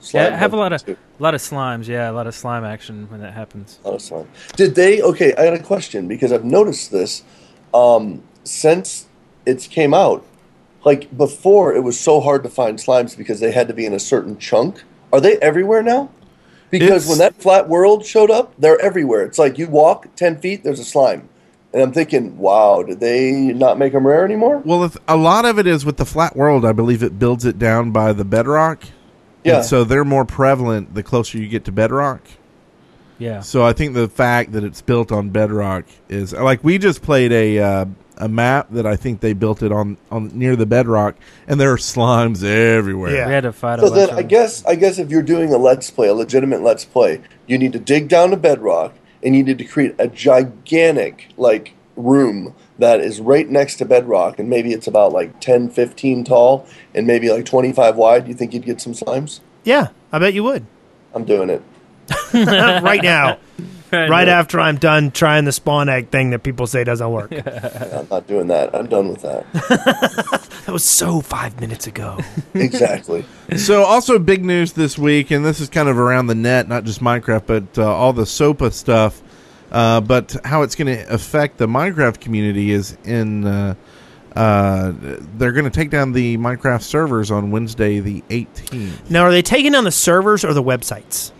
Speaker 7: Slime
Speaker 1: Yeah, I have a lot of
Speaker 7: too.
Speaker 1: a lot of slimes. Yeah, a lot of slime action when that happens.
Speaker 7: A lot of slime. Did they? Okay, I had a question because I've noticed this um, since it's came out. Like before, it was so hard to find slimes because they had to be in a certain chunk. Are they everywhere now? Because
Speaker 6: It's-
Speaker 7: when that flat world showed up, they're everywhere. It's like you walk ten feet, there's a slime, and I'm thinking, wow, did they not make them rare anymore?
Speaker 6: Well, if, a lot of it is with the flat world. I believe it builds it down by the bedrock.
Speaker 7: Yeah.
Speaker 6: And so they're more prevalent the closer you get to bedrock.
Speaker 1: Yeah.
Speaker 6: So I think the fact that it's built on bedrock is like we just played a uh, a map that I think they built it on on near the bedrock, and there are slimes everywhere.
Speaker 2: Yeah.
Speaker 1: We had to fight a
Speaker 7: So
Speaker 1: bunch
Speaker 7: then,
Speaker 1: of
Speaker 7: I
Speaker 1: them.
Speaker 7: guess, I guess if you're doing a let's play, a legitimate let's play, you need to dig down to bedrock and you need to create a gigantic like room that is right next to bedrock, and maybe it's about like 10, 15 tall, and maybe like 25 wide. You think you'd get some slimes?
Speaker 2: yeah, I bet you would.
Speaker 7: I'm doing it.
Speaker 2: right now.
Speaker 1: Right
Speaker 2: Right
Speaker 1: now.
Speaker 2: after I'm done trying the spawn egg thing that people say doesn't work.
Speaker 7: I'm not doing that. I'm done with that.
Speaker 2: That was so five minutes ago.
Speaker 7: exactly.
Speaker 6: So also big news this week, and this is kind of around the net, not just Minecraft, but uh, all the SOPA stuff. Uh, but how it's going to affect the Minecraft community is in uh, uh, they're going to take down the Minecraft servers on Wednesday the 18th.
Speaker 2: now, are they taking down the servers or the websites?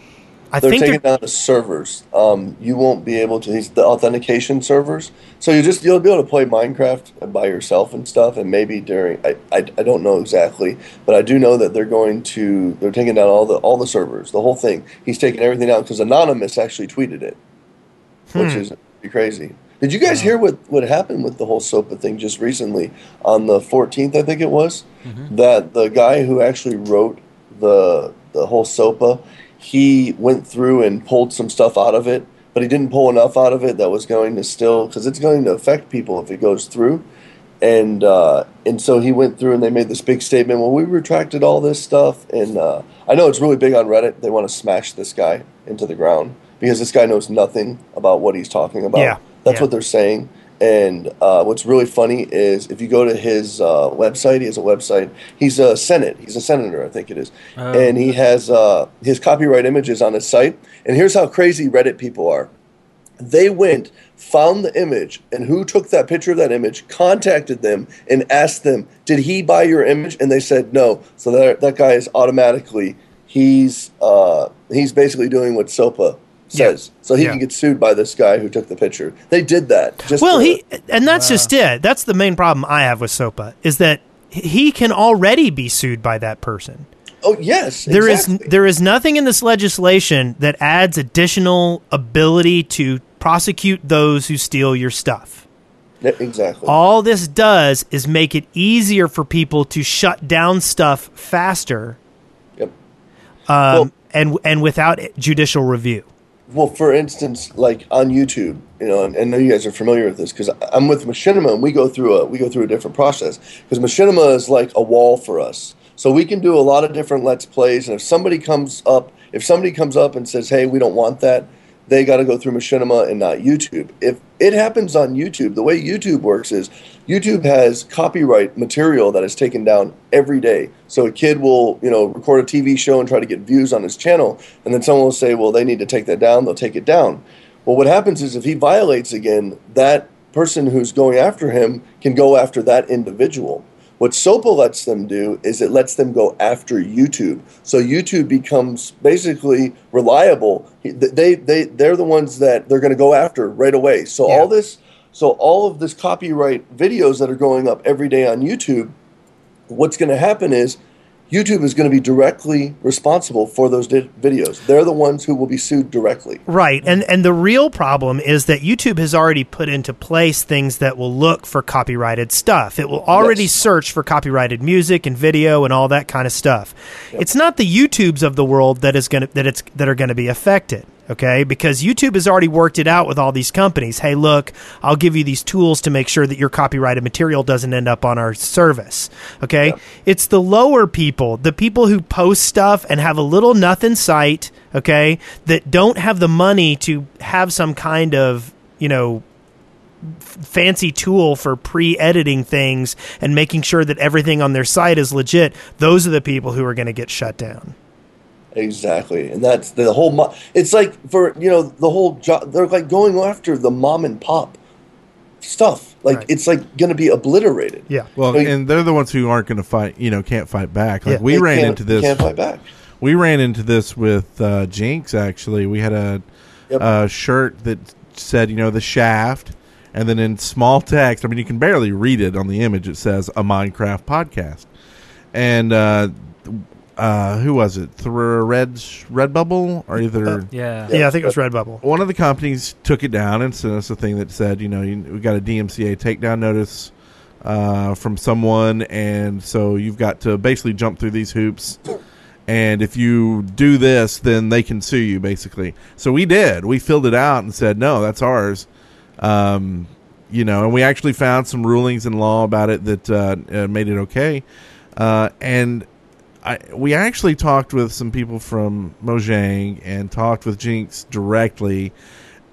Speaker 2: I
Speaker 7: They're
Speaker 2: think
Speaker 7: taking
Speaker 2: they're,
Speaker 7: down the servers. Um, you won't be able to these the authentication servers. So you just you'll be able to play Minecraft by yourself and stuff, and maybe during I, I, I don't know exactly, but I do know that they're going to they're taking down all the all the servers, the whole thing. He's taking everything down because Anonymous actually tweeted it, which is pretty crazy. Did you guys hear what what happened with the whole SOPA thing just recently on the 14th? I think it was that the guy who actually wrote the the whole SOPA, he went through and pulled some stuff out of it, but he didn't pull enough out of it that was going to still because it's going to affect people if it goes through, and uh, and so he went through and they made this big statement. Well, we retracted all this stuff, and uh, I know it's really big on Reddit. They want to smash this guy into the ground because this guy knows nothing about what he's talking about.
Speaker 2: Yeah,
Speaker 7: That's
Speaker 2: yeah.
Speaker 7: what they're saying. And uh, what's really funny is if you go to his uh, website, he has a website. He's a senate. He's a senator, I think it is,
Speaker 2: Oh,
Speaker 7: and he has uh, his copyright images on his site. And here's how crazy Reddit people are: they went, found the image, and who took that picture of that image, contacted them and asked them, "Did he buy your image?" And they said no. So that that guy is automatically he's uh, he's basically doing what SOPA says, so he
Speaker 2: Yeah.
Speaker 7: can get sued by this guy who took the picture. They did that. Just
Speaker 2: Well,
Speaker 7: for-
Speaker 2: he and that's just it. That's the main problem I have with SOPA is that he can already be sued by that person.
Speaker 7: oh yes,
Speaker 2: There is
Speaker 7: exactly.
Speaker 2: there is nothing in this legislation that adds additional ability to prosecute those who steal your stuff.
Speaker 7: Yeah, exactly.
Speaker 2: All this does is make it easier for people to shut down stuff faster
Speaker 7: Yep.
Speaker 2: um, and and without judicial review.
Speaker 7: Well, for instance, like on YouTube, you know, and I know you guys are familiar with this because I'm with Machinima, and we go through a we go through a different process because Machinima is like a wall for us. So we can do a lot of different let's plays, and if somebody comes up, if somebody comes up and says, "Hey, we don't want that," they got to go through Machinima and not YouTube. If it happens on YouTube, the way YouTube works is YouTube has copyright material that is taken down every day. So a kid will, you know, record a TV show and try to get views on his channel, and then someone will say, "Well, they need to take that down." They'll take it down. Well, what happens is if he violates again, that person who's going after him can go after that individual. What SOPA lets them do is it lets them go after YouTube. So YouTube becomes basically reliable. They, they, they're the ones that they're going to go after right away. So all this, so all of this copyright videos that are going up every day on YouTube, what's going to happen is YouTube is going to be directly responsible for those di- videos. They're the ones who will be sued directly.
Speaker 2: Right. And and the real problem is that YouTube has already put into place things that will look for copyrighted stuff. It will already
Speaker 7: Yes.
Speaker 2: search for copyrighted music and video and all that kind of stuff. It's not the YouTubes of the world that is going to that it's that are going to be affected. Okay, because YouTube has already worked it out with all these companies. Hey, look, I'll give you these tools to make sure that your copyrighted material doesn't end up on our service. Okay, it's the lower people, the people who post stuff and have a little nothing site. Okay, that don't have the money to have some kind of you know fancy tool for pre-editing things and making sure that everything on their site is legit those are the people who are going to get shut down
Speaker 7: Exactly, and that's the whole. Mo- it's like for you know the whole job. They're like going after the mom and pop stuff. Like
Speaker 2: Right.
Speaker 7: it's like going to be obliterated.
Speaker 2: yeah
Speaker 6: Well,
Speaker 7: Like-
Speaker 6: and they're the ones who aren't going to fight. You know, can't fight back. Like
Speaker 2: Yeah.
Speaker 6: we
Speaker 7: They
Speaker 6: ran
Speaker 7: can't-
Speaker 6: into this.
Speaker 7: Can't fight back.
Speaker 6: We ran into this with uh, Jinx. Actually, we had a,
Speaker 7: Yep.
Speaker 6: a shirt that said, you know, the Shaft, and then in small text. I mean, you can barely read it on the image. It says a Minecraft podcast, and uh, uh, who was it? Through Red Redbubble or either
Speaker 1: Yeah.
Speaker 2: yeah i think it was redbubble
Speaker 6: one of the companies took it down and sent us a thing that said, you know, you, we got a DMCA takedown notice uh, from someone, and so you've got to basically jump through these hoops. And if you do this, then they can sue you, basically. So we did. We filled it out and said, no, that's ours. Um, you know, and we actually found some rulings in law about it that uh, uh, made it okay. Uh, and I we actually talked with some people from Mojang and talked with Jinx directly,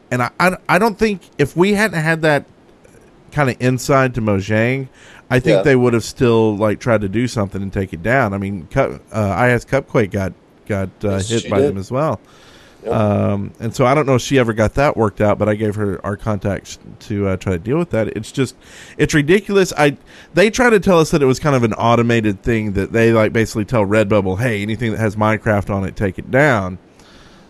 Speaker 6: and I I, I don't think if we hadn't had that kind of inside to Mojang, I think
Speaker 7: Yeah.
Speaker 6: they would have still like tried to do something and take it down. I mean, Cup, uh, IS Cupquake got got uh,
Speaker 7: Yes,
Speaker 6: hit
Speaker 7: she
Speaker 6: by
Speaker 7: did.
Speaker 6: them as well. Um, and so I don't know if she ever got that worked out, but I gave her our contacts to uh, try to deal with that. It's just, it's ridiculous. I they try to tell us that it was kind of an automated thing that they like basically tell Redbubble, hey, anything that has Minecraft on it, take it down.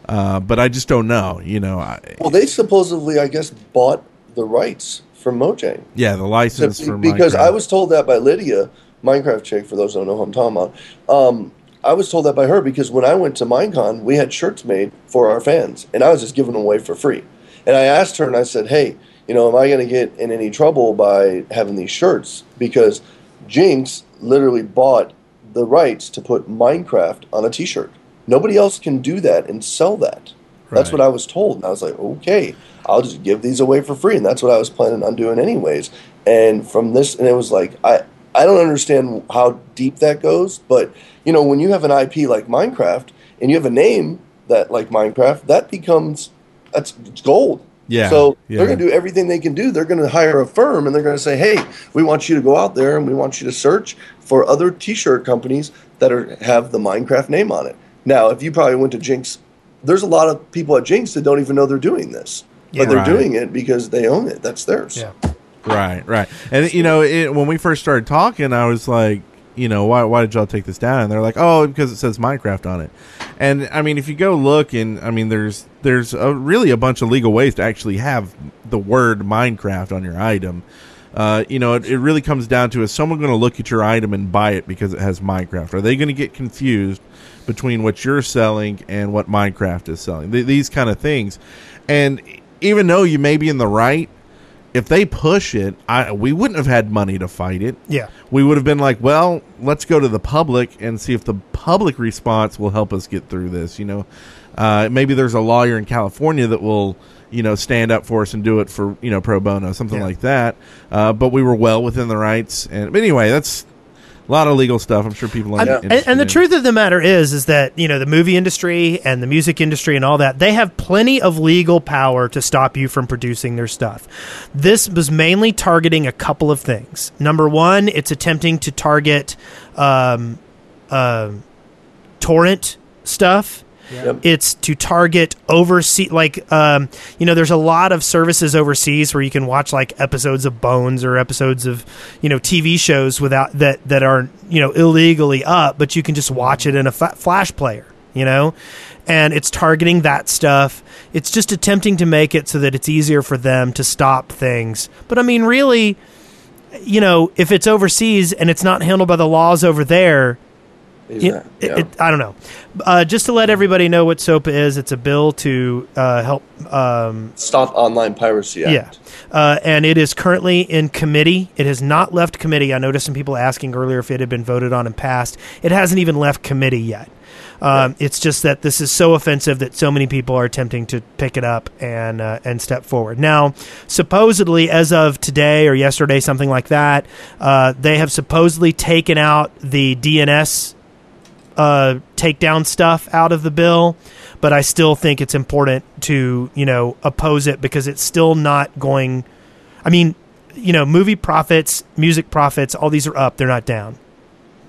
Speaker 6: Uh, but I just don't know, you know. I,
Speaker 7: Well, they supposedly, I guess, bought the rights from Mojang.
Speaker 6: yeah, the license
Speaker 7: Simply
Speaker 6: for
Speaker 7: because
Speaker 6: Minecraft.
Speaker 7: I was told that by Lydia, Minecraft chick. For those who don't know who I'm talking about, um, I was told that by her because when I went to Minecon, we had shirts made for our fans, and I was just giving them away for free. And I asked her, and I said, "Hey, you know, am I going to get in any trouble by having these shirts? Because Jinx literally bought the rights to put Minecraft on a T-shirt. Nobody else can do that and sell that." That's
Speaker 6: Right.
Speaker 7: what I was told. And I was like, okay, I'll just give these away for free. And that's what I was planning on doing anyways. And from this, and it was like, I, I don't understand how deep that goes. But, you know, when you have an IP like Minecraft and you have a name that like Minecraft, that becomes, that's it's gold.
Speaker 8: Yeah,
Speaker 7: So
Speaker 8: yeah.
Speaker 7: they're going to do everything they can do. They're going to hire a firm and they're going to say, "Hey, we want you to go out there and we want you to search for other T-shirt companies that are have the Minecraft name on it." Now, if you probably went to Jinx, there's a lot of people at Jinx that don't even know they're doing this,
Speaker 2: Yeah.
Speaker 7: but they're
Speaker 6: Right.
Speaker 7: doing it because they own it. That's theirs.
Speaker 2: Yeah.
Speaker 6: Right, right. And you know, it, when we first started talking, I was like, you know, why why did y'all take this down? And they're like, oh, because it says Minecraft on it. And I mean, if you go look, and I mean, there's there's a, really a bunch of legal ways to actually have the word Minecraft on your item. Uh, you know, it, it really comes down to is someone going to look at your item and buy it because it has Minecraft? Are they going to get confused between what you're selling and what Minecraft is selling? Th- these kind of things. And even though you may be in the right, if they push it, I we wouldn't have had money to fight it.
Speaker 2: Yeah.
Speaker 6: We would have been like, well, let's go to the public and see if the public response will help us get through this. You know, uh, maybe there's a lawyer in California that will, you know, stand up for us and do it for you know pro bono, something
Speaker 2: Yeah.
Speaker 6: like that. Uh, but we were well within the rights. And but anyway, that's a lot of legal stuff. I'm sure people are.
Speaker 2: I'm- and, and the truth of the matter is, is that you know the movie industry and the music industry and all that they have plenty of legal power to stop you from producing their stuff. This was mainly targeting a couple of things. Number one, it's attempting to target um, um torrent stuff.
Speaker 7: Yep.
Speaker 2: It's to target overseas, like um, you know, there's a lot of services overseas where you can watch like episodes of Bones or episodes of you know TV shows without that that are you know illegally up, but you can just watch it in a fa- flash player, you know, and it's targeting that stuff. It's just attempting to make it so that it's easier for them to stop things. But I mean, really, you know, if it's overseas and it's not handled by the laws over there, yeah,
Speaker 7: Yeah.
Speaker 2: it- it- I don't know. Uh, just to let everybody know what SOPA is, it's a bill to uh, help. Um,
Speaker 7: Stop Online Piracy Act.
Speaker 2: yeah, uh, and it is currently in committee. It has not left committee. I noticed some people asking earlier if it had been voted on and passed. It hasn't even left committee yet. Um, It's just that this is so offensive that so many people are attempting to pick it up and uh, and step forward. Now, supposedly, as of today or yesterday, something like that, uh, they have supposedly taken out the DNS uh, takedown stuff out of the bill, but I still think it's important to you know oppose it because it's still not going. I mean, you know, movie profits, music profits, all these are up; they're not down.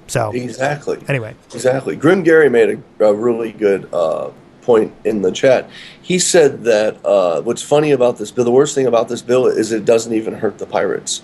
Speaker 2: So
Speaker 7: Exactly.
Speaker 2: anyway,
Speaker 7: Exactly. Grim Gary made a, a really good uh, point in the chat. He said that uh, what's funny about this bill, the worst thing about this bill is it doesn't even hurt the pirates.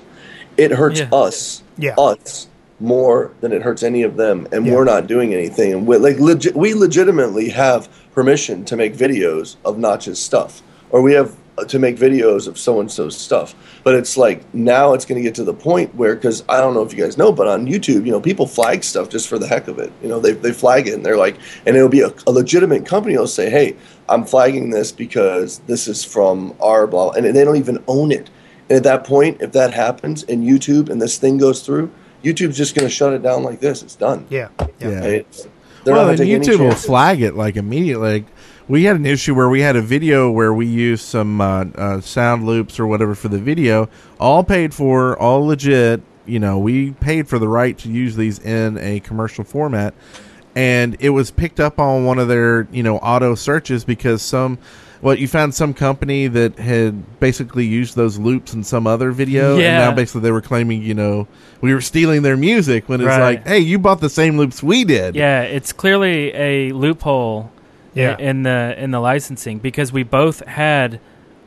Speaker 7: It hurts
Speaker 1: Yeah.
Speaker 7: us,
Speaker 2: Yeah.
Speaker 7: us more than it hurts any of them, and
Speaker 2: Yeah.
Speaker 7: we're not doing anything. And we like legit, we legitimately have permission to make videos of Notch's stuff, or we have uh, to make videos of so and so's stuff. But it's like now it's going to get to the point where, because I don't know if you guys know, but on YouTube, you know, people flag stuff just for the heck of it. You know, they, they flag it and they're like, and it'll be a, a legitimate company will say, hey, I'm flagging this because this is from our blah, and they don't even own it. And at that point, if that happens and YouTube and this thing goes through, YouTube's just going to shut it down like this. It's done.
Speaker 2: yeah, yeah,
Speaker 6: yeah.
Speaker 7: It's- they're
Speaker 6: well,
Speaker 7: not
Speaker 6: and
Speaker 7: gonna take any
Speaker 6: YouTube will
Speaker 7: chances.
Speaker 6: flag it like immediately. Like, we had an issue where we had a video where we used some uh, uh, sound loops or whatever for the video, all paid for, all legit. You know, we paid for the right to use these in a commercial format, and it was picked up on one of their you know auto searches because some. Well, you found some company that had basically used those loops in some other video, and
Speaker 1: Yeah.
Speaker 6: now basically they were claiming, you know, we were stealing their music when it's
Speaker 1: Right.
Speaker 6: like, hey, you bought the same loops we did.
Speaker 1: Yeah, it's clearly a loophole
Speaker 2: Yeah.
Speaker 1: in the in the licensing because we both had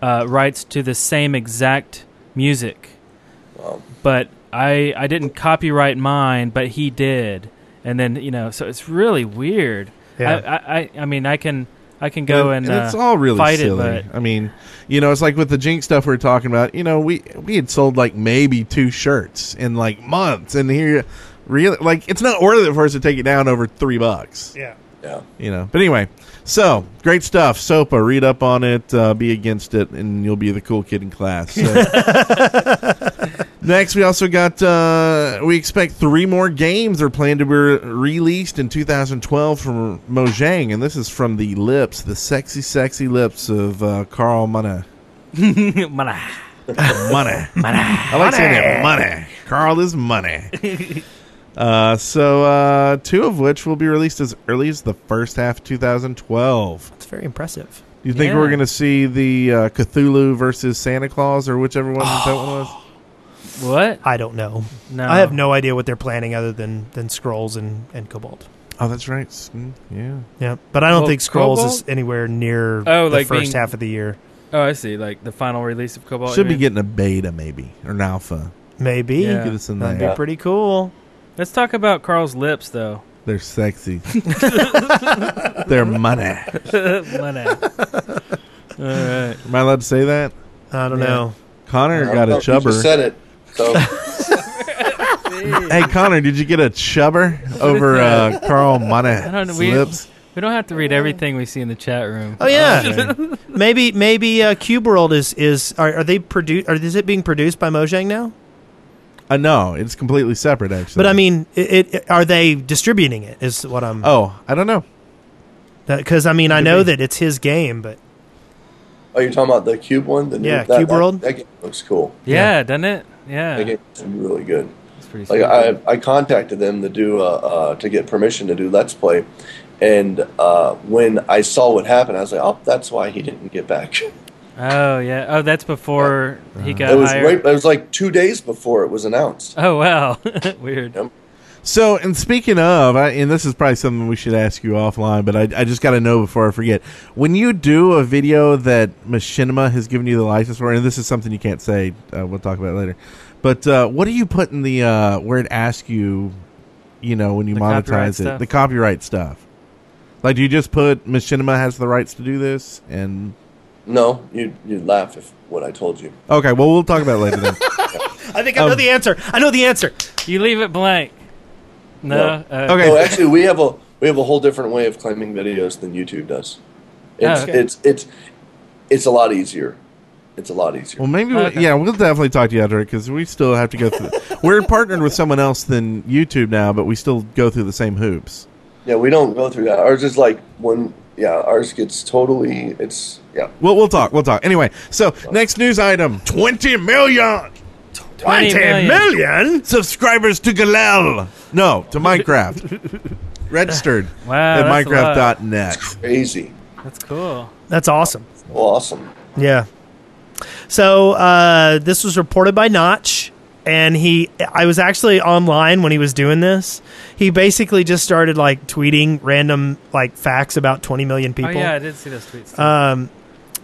Speaker 1: uh, rights to the same exact music. But I I didn't copyright mine, but he did. And then, you know, so it's really weird.
Speaker 2: Yeah.
Speaker 1: I, I, I I mean, I can I can go and, uh,
Speaker 6: it's all really
Speaker 1: fight
Speaker 6: silly.
Speaker 1: it,
Speaker 6: I mean, you know, it's like with the Jinx stuff we are talking about. You know, we we had sold like maybe two shirts in like months, and here, really, like it's not worth it for us to take it down over three bucks.
Speaker 2: yeah.
Speaker 7: Yeah.
Speaker 6: You know, but anyway, so great stuff. SOPA, read up on it, uh, be against it, and you'll be the cool kid in class. So. Next, we also got uh, we expect three more games are planned to be released in 2012 from Mojang, and this is from the lips, the sexy, sexy lips of uh, Carl Money.
Speaker 1: but Mana.
Speaker 6: Money, money. I like saying that. Money. Carl is money. Uh, so uh, two of which will be released as early as the first half of 2012.
Speaker 2: It's very impressive.
Speaker 6: Do you think
Speaker 1: Yeah.
Speaker 6: we're going to see the uh, Cthulhu versus Santa Claus or whichever one that one was?
Speaker 1: What?
Speaker 2: I don't know.
Speaker 1: No.
Speaker 8: Uh-huh.
Speaker 2: I have no idea what they're planning other than than scrolls and and cobalt.
Speaker 6: Oh, that's right. Mm, Yeah.
Speaker 2: Yeah, but I don't
Speaker 8: Well,
Speaker 2: think scrolls is
Speaker 8: Cobalt?
Speaker 2: anywhere near
Speaker 8: Oh,
Speaker 2: the
Speaker 8: like
Speaker 2: first
Speaker 8: being-
Speaker 2: half of the year.
Speaker 8: Oh, I see. Like the final release of Cobalt.
Speaker 6: Should
Speaker 8: you
Speaker 6: be
Speaker 8: mean?
Speaker 6: getting a beta maybe or an alpha.
Speaker 2: Maybe
Speaker 8: Yeah.
Speaker 6: Get us in
Speaker 2: that'd
Speaker 6: there.
Speaker 2: be pretty cool.
Speaker 8: Let's talk about Carl's lips, though.
Speaker 6: They're sexy. They're money. Am
Speaker 1: Lennon.
Speaker 8: All right.
Speaker 6: I allowed to say that?
Speaker 2: I don't
Speaker 8: Yeah.
Speaker 2: know.
Speaker 6: Connor got a
Speaker 7: I don't know, you just
Speaker 6: chubber.
Speaker 7: said it. So oh,
Speaker 6: Hey, Connor, did you get a chubber over uh, Carl Money? I
Speaker 8: don't know, we-
Speaker 6: Lips?
Speaker 8: We don't have to read everything we see in the chat room.
Speaker 2: Oh yeah, maybe maybe uh, Cube World is is are, are they produ- Are is it being produced by Mojang now?
Speaker 6: Uh, no, it's completely separate actually.
Speaker 2: But I mean, it, it are they distributing it? Is what I'm
Speaker 6: oh, I don't know.
Speaker 2: because I mean I
Speaker 6: Could
Speaker 2: know
Speaker 6: be.
Speaker 2: that it's his game, but
Speaker 7: Oh, you're talking about the cube one? The new-
Speaker 2: Yeah,
Speaker 7: that,
Speaker 2: Cube
Speaker 7: that-
Speaker 2: World.
Speaker 7: That game looks cool.
Speaker 8: Yeah, doesn't it? Yeah.
Speaker 7: That game is really good.
Speaker 8: It's pretty
Speaker 7: Like
Speaker 8: sweet.
Speaker 7: I, I contacted them to do uh, uh, to get permission to do Let's Play, and uh, when I saw what happened, I was like, oh, that's why he didn't get back.
Speaker 8: oh, yeah. Oh, that's before he got
Speaker 7: it was
Speaker 8: hired.
Speaker 7: right. It was like two days before it was announced.
Speaker 8: Oh, wow. Weird.
Speaker 6: So, and speaking of, I, and this is probably something we should ask you offline, but I, I just got to know before I forget. When you do a video that Machinima has given you the license for, and this is something you can't say, uh, we'll talk about it later. But uh, what do you put in the uh, where it asks you, you know, when you
Speaker 8: The copyright
Speaker 6: monetize it,
Speaker 8: stuff?
Speaker 6: the copyright stuff? Like, do you just put Machinima has the rights to do this? And
Speaker 7: No, you you'd laugh if what I told you.
Speaker 6: okay, well, we'll talk about it later then.
Speaker 2: I think I know
Speaker 6: Um,
Speaker 2: the answer. I know the answer.
Speaker 8: You leave it blank. No. Uh,
Speaker 6: Okay,
Speaker 7: No, actually, we have a we have a whole different way of claiming videos than YouTube does. It's
Speaker 8: okay.
Speaker 7: it's it's it's a lot easier. It's a lot easier.
Speaker 6: Well, maybe
Speaker 8: Okay.
Speaker 6: we, yeah, we'll definitely talk to you after because we still have to go through. we're partnered with someone else than YouTube now, but we still go through the same hoops.
Speaker 7: Yeah, we don't go through that. Ours is like one. Yeah, ours gets totally. It's yeah.
Speaker 6: We'll we'll talk. We'll talk. Anyway, so next news item: twenty million
Speaker 8: 20 million.
Speaker 2: million.
Speaker 6: subscribers to Galil. No, to Minecraft. Registered
Speaker 8: Wow,
Speaker 6: at
Speaker 8: that's a lot.
Speaker 6: Minecraft.net.
Speaker 7: Crazy.
Speaker 8: That's cool. Oh,
Speaker 2: That's awesome.
Speaker 7: Well, awesome.
Speaker 2: Yeah. So uh, this was reported by Notch, and he. I was actually online when he was doing this. He basically just started like tweeting random like facts about 20 million people.
Speaker 8: Oh, yeah, I did see those tweets. too.
Speaker 2: Um,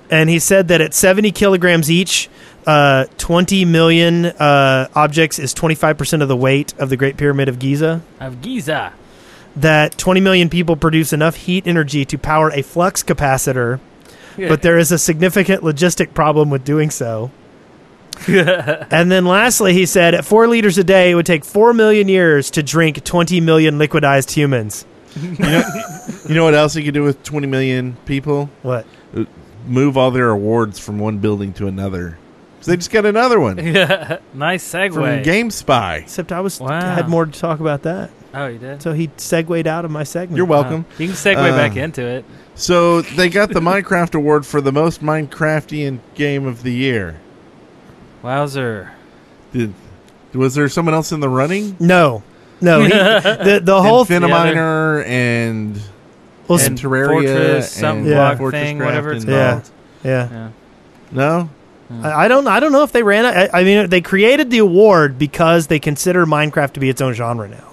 Speaker 2: and he said that at 70 kilograms each, uh, 20 million uh, objects is 25% of the weight of the Great Pyramid of Giza.
Speaker 8: of Giza.
Speaker 2: That 20 million people produce enough heat energy to power a flux capacitor, but there is a significant logistic problem with doing so. and then lastly, he said at four liters a day, it would take 4 million years to drink 20 million liquidized humans.
Speaker 6: You know what else you could do with twenty million people?
Speaker 2: What?
Speaker 6: Move all their awards from one building to another. So they just got another one
Speaker 8: nice
Speaker 6: from
Speaker 8: segue.
Speaker 6: GameSpy.
Speaker 2: Except I was
Speaker 8: Wow.
Speaker 2: had more to talk about that.
Speaker 8: oh, you did?
Speaker 2: So he segued out of my segment.
Speaker 6: You're welcome.
Speaker 8: Oh, you can segue
Speaker 6: Uh,
Speaker 8: back into it.
Speaker 6: So they got the Minecraft award for the most Minecraftian game of the year.
Speaker 8: Wowzer.
Speaker 6: Did, was there someone else in the running?
Speaker 2: No, no. He, the the whole
Speaker 6: and
Speaker 2: thing.
Speaker 6: Phenominer and,
Speaker 2: Well,
Speaker 6: and
Speaker 8: And
Speaker 6: Terraria
Speaker 8: Fortress, some
Speaker 6: and
Speaker 2: block
Speaker 6: Fortress
Speaker 8: thing,
Speaker 6: Craft
Speaker 8: whatever it's
Speaker 6: and-
Speaker 2: yeah, yeah.
Speaker 8: Yeah.
Speaker 6: No,
Speaker 2: I, I don't. I don't know if they ran. I, I mean, they created the award because they consider Minecraft to be its own genre now.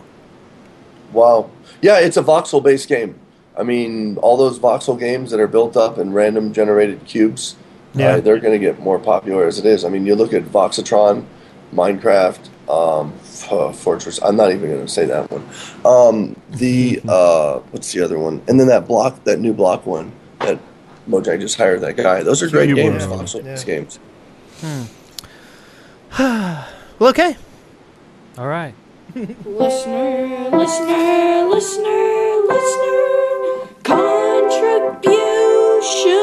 Speaker 7: Wow. Yeah, it's a voxel-based game. I mean, all those voxel games that are built up in random generated cubes,
Speaker 2: Yeah.
Speaker 7: uh, they're going to get more popular as it is. I mean, you look at Voxatron, Minecraft, um, F- uh, Fortress. I'm not even going to say that one. Um, the uh, what's the other one? And then that block, that new block one that Mojang just hired that guy. Those are great
Speaker 6: Cube
Speaker 7: games,
Speaker 6: World.
Speaker 7: voxel-based games.
Speaker 2: Well, okay.
Speaker 8: All right.
Speaker 9: Listener, listener, listener, listener,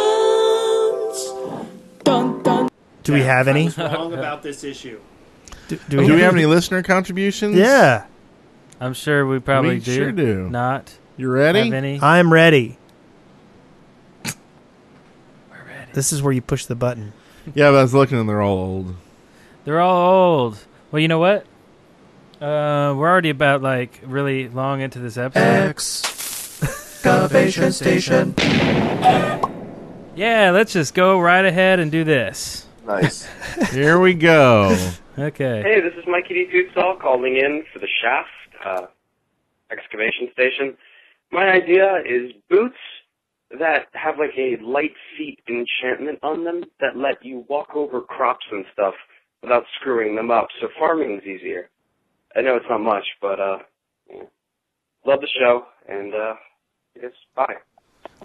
Speaker 9: contributions. Dun dun.
Speaker 2: Do we have any?
Speaker 10: wrong about this issue.
Speaker 2: Do,
Speaker 6: do we have any listener contributions?
Speaker 2: Yeah,
Speaker 8: I'm sure we probably
Speaker 6: We
Speaker 8: do.
Speaker 6: sure do.
Speaker 8: Not
Speaker 6: you ready?
Speaker 8: have any.
Speaker 2: I'm ready. This is where you push the button.
Speaker 6: Yeah, but I was looking and they're all old.
Speaker 8: They're all old. Well, you know what? Uh, we're already about like really long into this episode.
Speaker 3: Excavation station.
Speaker 8: Yeah, let's just go right ahead and do this.
Speaker 7: Nice.
Speaker 6: Here we go.
Speaker 8: Okay.
Speaker 10: Hey, this is Mikey D. Tootsall calling in for the shaft uh, excavation station. My idea is boots that have like a light feet enchantment on them that let you walk over crops and stuff without screwing them up, so farming's easier. I know it's not much, but uh, yeah. love the show, and uh, yes, bye.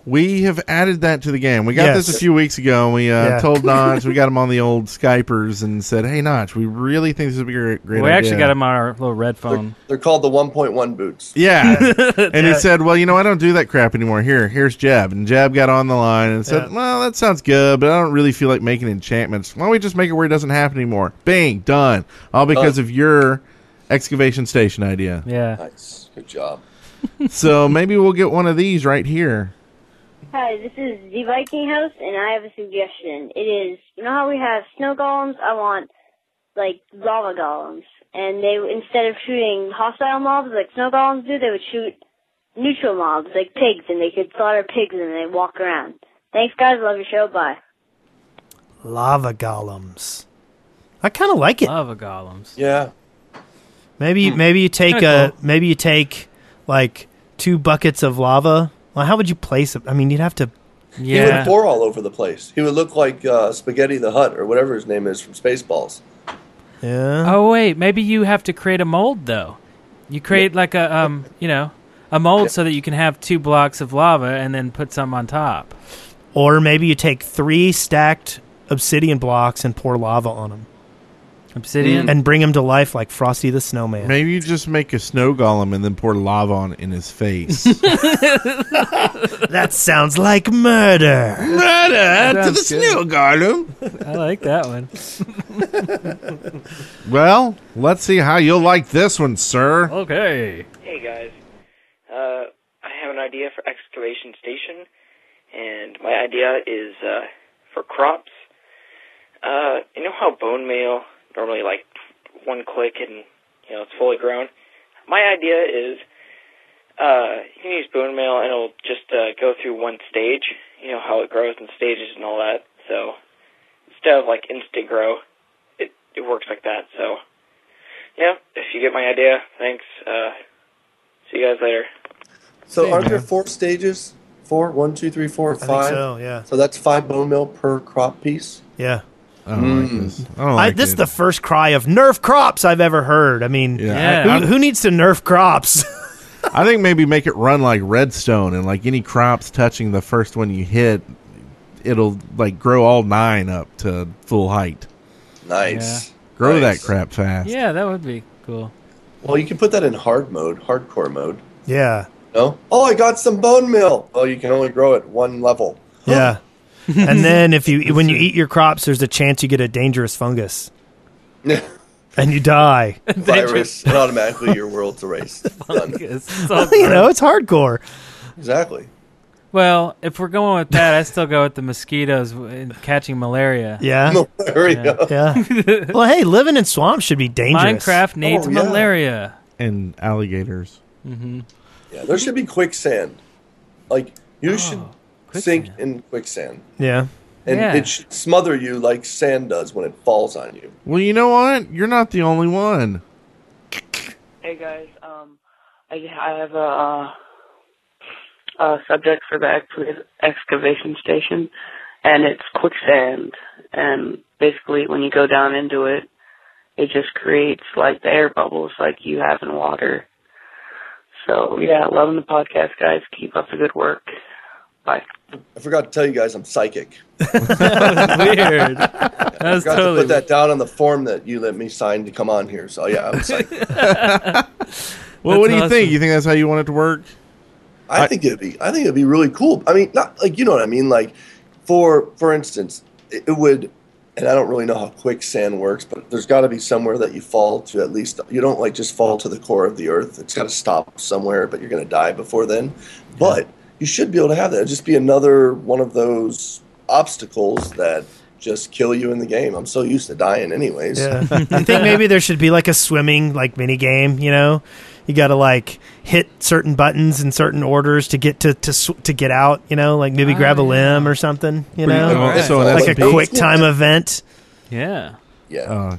Speaker 6: We have added that to the game. We got
Speaker 2: Yes.
Speaker 6: this a few weeks ago, and we uh,
Speaker 2: Yeah.
Speaker 6: told Notch. we got him on the old Skypers and said, "Hey, Notch, we really think this would be a great, great
Speaker 8: We
Speaker 6: idea."
Speaker 8: actually got him on our little red phone.
Speaker 7: They're called the 1.1 boots.
Speaker 6: Yeah, and he said, "Well, you know, I don't do that crap anymore. Here, here's Jeb." And Jeb got on the line and said, "Well, that sounds good, but I don't really feel like making enchantments. Why don't we just make it where it doesn't happen anymore? Bang, done. All because of your excavation station idea.
Speaker 8: Yeah.
Speaker 7: Nice. Good job.
Speaker 6: so maybe we'll get one of these right here.
Speaker 9: Hi, this is the Viking House, and I have a suggestion. It is you know how we have snow golems. I want like lava golems, and they instead of shooting hostile mobs like snow golems do, they would shoot neutral mobs like pigs, and they could slaughter pigs and they walk around. Thanks, guys. Love your show. Bye.
Speaker 2: Lava golems. I kind of like it.
Speaker 8: Lava golems.
Speaker 7: Yeah.
Speaker 2: Maybe maybe you take
Speaker 8: Kinda
Speaker 2: a maybe you take like two buckets of lava. Well, how would you place it? I mean, you'd have to.
Speaker 7: He would
Speaker 8: Yeah.
Speaker 7: pour all over the place. He would look like uh, Spaghetti the Hut or whatever his name is from Spaceballs.
Speaker 2: Yeah.
Speaker 8: Oh wait, maybe you have to create a mold though. You create like a um, you know, a mold so that you can have two blocks of lava and then put some on top.
Speaker 2: Or maybe you take three stacked obsidian blocks and pour lava on them
Speaker 6: Mm.
Speaker 8: Obsidian.
Speaker 2: and bring them to life like Frosty the Snowman.
Speaker 6: Maybe you just make a snow golem and then pour lava on in his face.
Speaker 2: That sounds like murder.
Speaker 6: to the snow golem.
Speaker 8: I like that one.
Speaker 6: Well, let's see how you'll like this one, sir.
Speaker 8: Okay.
Speaker 10: Hey guys, uh, I have an idea for excavation station, and my idea is uh, for crops. Uh, you know how bone meal normally like one click and you know it's fully grown. My idea is uh, you can use bone meal and it'll just uh, go through one stage. You know how it grows in stages and all that. So instead of like instant grow, it it works like that. So yeah, if you get my idea, thanks. Uh, see you guys later.
Speaker 7: So aren't there four stages? Four, one, two, three, four,
Speaker 2: I
Speaker 7: five.
Speaker 2: think so. Yeah.
Speaker 7: So that's five bone meal per crop piece.
Speaker 2: Yeah.
Speaker 6: I don't like this. Hmm. I don't
Speaker 2: I,
Speaker 6: like
Speaker 2: this is
Speaker 6: it.
Speaker 2: the first cry of nerf crops I've ever heard. I mean,
Speaker 6: Yeah.
Speaker 8: Yeah.
Speaker 2: who, who needs to nerf crops?
Speaker 6: I think maybe make it run like redstone and like any crops touching the first one you hit, it'll like grow all nine up to full height.
Speaker 7: Nice.
Speaker 6: Grow
Speaker 7: Nice.
Speaker 6: that crap fast.
Speaker 8: Yeah, that would be cool.
Speaker 7: Well, you can put that in hard mode, hardcore mode.
Speaker 2: yeah.
Speaker 7: No? Oh, I got some bone meal. Well, you can only grow at one level.
Speaker 2: Yeah. and then if you when you eat your crops, there's a chance you get a dangerous fungus and you die.
Speaker 7: Virus, and automatically your world's erased. Done.
Speaker 8: It's so
Speaker 2: you know, it's hardcore.
Speaker 7: Exactly.
Speaker 8: Well, if we're going with that, I still go with the mosquitoes w- and catching malaria.
Speaker 2: Yeah.
Speaker 7: There we go.
Speaker 2: Yeah. well, hey, living in swamps should be dangerous.
Speaker 8: Minecraft needs
Speaker 7: Oh, yeah.
Speaker 8: malaria.
Speaker 6: And alligators.
Speaker 7: Yeah, there should be quicksand. Like, you
Speaker 2: Oh,
Speaker 7: should sink in quicksand.
Speaker 2: Yeah.
Speaker 7: And
Speaker 8: Yeah.
Speaker 7: it should smother you like sand does when it falls on you.
Speaker 6: Well, you know what? You're not the only one.
Speaker 10: Hey guys, um, I, I have a, uh, a subject for the ex- excavation station, and it's quicksand. And basically, when you go down into it, it just creates like the air bubbles like you have in water. So yeah, loving the podcast, guys. Keep up the good work. Bye.
Speaker 7: I forgot to tell you guys I'm psychic.
Speaker 8: Weird. That was
Speaker 7: forgot
Speaker 8: totally.
Speaker 7: to put that down on the form that you let me sign to come on here. So yeah, I was like,
Speaker 6: Well,
Speaker 8: That's
Speaker 6: what do you
Speaker 8: awesome.
Speaker 6: think? You think that's how you want it to work?
Speaker 7: I think it'd be, I think it'd be really cool. I mean, not like you know what I mean. Like, for for instance, it, it would, and I don't really know how quicksand works, but there's got to be somewhere that you fall to at least. You don't like just fall to the core of the earth. It's got to stop somewhere, but you're gonna die before then. But you should be able to have that. It'd just be another one of those obstacles that just kill you in the game. I'm so used to dying anyways.
Speaker 2: Yeah. I think maybe there should be like a swimming like mini game. You know, you got to like hit certain buttons in certain orders to get to to sw- to get out. You know, like maybe grab a limb or something. You know,
Speaker 7: Alright.
Speaker 6: Oh, So in
Speaker 2: like a
Speaker 6: SMP
Speaker 2: quick time event,
Speaker 1: Yeah.
Speaker 7: Yeah.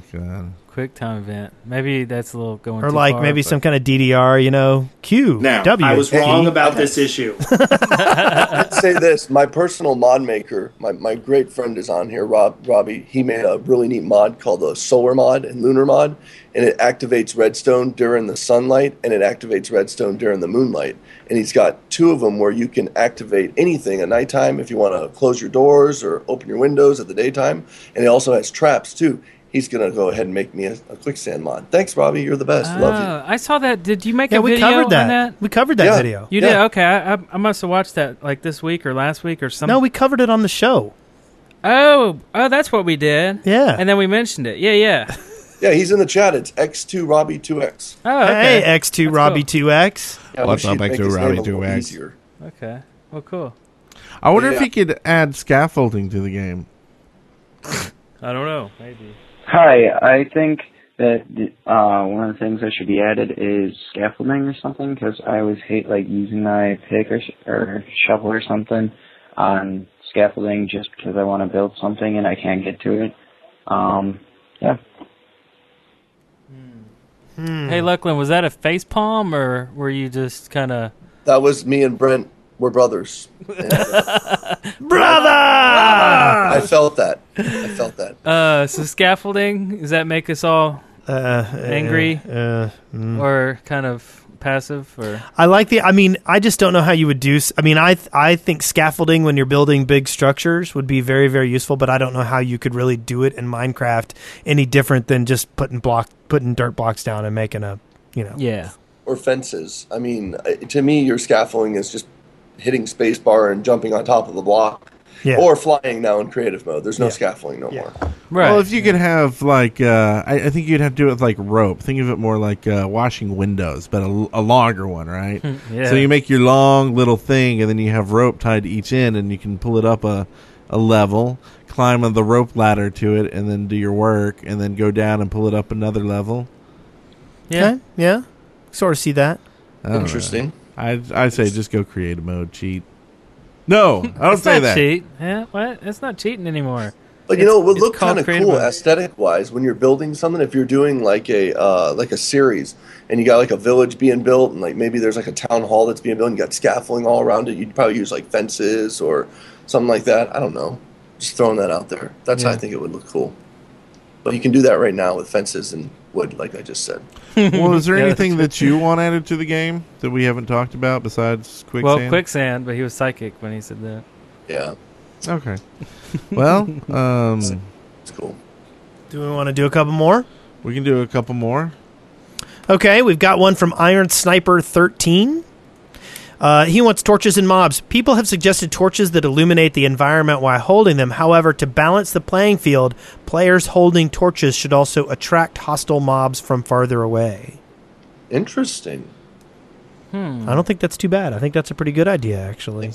Speaker 6: Oh god.
Speaker 1: Quick time event. Maybe that's a little going
Speaker 2: or
Speaker 1: too
Speaker 2: like
Speaker 1: far,
Speaker 2: maybe
Speaker 1: but-
Speaker 2: some kind of DDR. You know, Q
Speaker 11: Now,
Speaker 2: W.
Speaker 11: I was
Speaker 7: Hey.
Speaker 11: wrong about this issue.
Speaker 7: I'd say this: my personal mod maker, my, my great friend is on here, Rob Robbie. He made a really neat mod called the Solar Mod and Lunar Mod, and it activates redstone during the sunlight and it activates redstone during the moonlight. And he's got two of them where you can activate anything at nighttime if you want to close your doors or open your windows at the daytime. And it also has traps too. He's gonna go ahead and make me a, a quicksand mod. Thanks, Robbie. You're the best. Love
Speaker 1: Oh, I saw that. Did you make
Speaker 2: yeah,
Speaker 1: a
Speaker 2: we
Speaker 1: video
Speaker 2: covered that.
Speaker 1: on that?
Speaker 2: We covered that
Speaker 7: Yeah.
Speaker 2: video.
Speaker 1: You
Speaker 7: Yeah.
Speaker 1: did? Okay. I, I, I must have watched that like this week or last week or something.
Speaker 2: No, we covered it on the show.
Speaker 1: Oh, oh, that's what we did.
Speaker 2: Yeah.
Speaker 1: And then we mentioned it. Yeah, yeah.
Speaker 7: you. Yeah, he's in the chat. It's X2 Robbie 2X.
Speaker 1: Oh, okay.
Speaker 2: Hey, X two Robbie two X.
Speaker 7: Yeah, I
Speaker 6: What's up,
Speaker 7: wish he'd make
Speaker 6: X2
Speaker 7: his name
Speaker 6: Robbie
Speaker 7: a little
Speaker 6: 2X?
Speaker 7: easier.
Speaker 1: Okay. Well, cool.
Speaker 6: I wonder if
Speaker 7: Yeah.
Speaker 6: he could add scaffolding to the game.
Speaker 1: I don't know. Maybe.
Speaker 10: Hi, I think that uh, one of the things that should be added is scaffolding or something because I always hate like using my pick or, sh- or shovel or something on scaffolding just because I want to build something and I can't get to it. Um, yeah.
Speaker 2: Hmm.
Speaker 1: Hey, Lucklin, was that a face palm or were you just kind of?
Speaker 7: That was me and Brent. We're brothers. And, uh,
Speaker 2: Brother.
Speaker 7: I felt that. I felt that.
Speaker 1: Uh, so scaffolding does that make us all
Speaker 2: Uh,
Speaker 1: Angry.
Speaker 2: Uh, uh,
Speaker 1: or kind of passive or?
Speaker 2: I like the. I mean, I just don't know how you would do. s- I mean, I th- I think scaffolding when you're building big structures would be very very useful, but I don't know how you could really do it in Minecraft any different than just putting block putting dirt blocks down and making a you know.
Speaker 1: Yeah.
Speaker 7: Or fences. I mean, uh, to me, your scaffolding is just hitting spacebar and jumping on top of the block,
Speaker 2: Yeah.
Speaker 7: or flying now in creative mode. There's no
Speaker 2: Yeah.
Speaker 7: scaffolding no more.
Speaker 1: Right.
Speaker 6: Well, if you could have like, uh, I, I think you'd have to do it with like rope. Think of it more like uh, washing windows, but a, a longer one, right?
Speaker 1: Hmm, yeah.
Speaker 6: So you make your long little thing, and then you have rope tied to each end, and you can pull it up a, a level, climb on the rope ladder to it, and then do your work, and then go down and pull it up another level.
Speaker 1: yeah.
Speaker 2: Okay, yeah. Sort of see that.
Speaker 6: I don't know.
Speaker 7: Interesting.
Speaker 6: I I say just go creative mode, cheat. No, I don't
Speaker 1: It's
Speaker 6: say
Speaker 1: not
Speaker 6: that.
Speaker 1: cheat. Yeah. What? It's not cheating anymore.
Speaker 7: But you know, it would
Speaker 1: It's-
Speaker 7: look
Speaker 1: it's called
Speaker 7: kind of
Speaker 1: creative
Speaker 7: cool
Speaker 1: mode.
Speaker 7: aesthetic wise when you're building something. If you're doing like a uh, like a series and you got like a village being built, and like maybe there's like a town hall that's being built, and you got scaffolding all around it. You'd probably use like fences or something like that. I don't know. Just throwing that out there. That's how I think it would look cool. But you can do that right now with fences and wood, like I just said.
Speaker 6: Well, is there
Speaker 1: Yeah,
Speaker 6: anything that you want added to the game that we haven't talked about besides quicksand?
Speaker 1: Well, quicksand, but he was psychic when he said that.
Speaker 7: Yeah,
Speaker 6: Okay. Well, um,
Speaker 7: it's cool.
Speaker 2: Do we want to do a couple more?
Speaker 6: we can do a couple more.
Speaker 2: Okay, we've got one from Iron Sniper 13. Uh, he wants torches and mobs. People have suggested torches that illuminate the environment while holding them. However, to balance the playing field, players holding torches should also attract hostile mobs from farther away.
Speaker 7: Interesting.
Speaker 2: I don't think that's too bad. I think that's a pretty good idea, actually.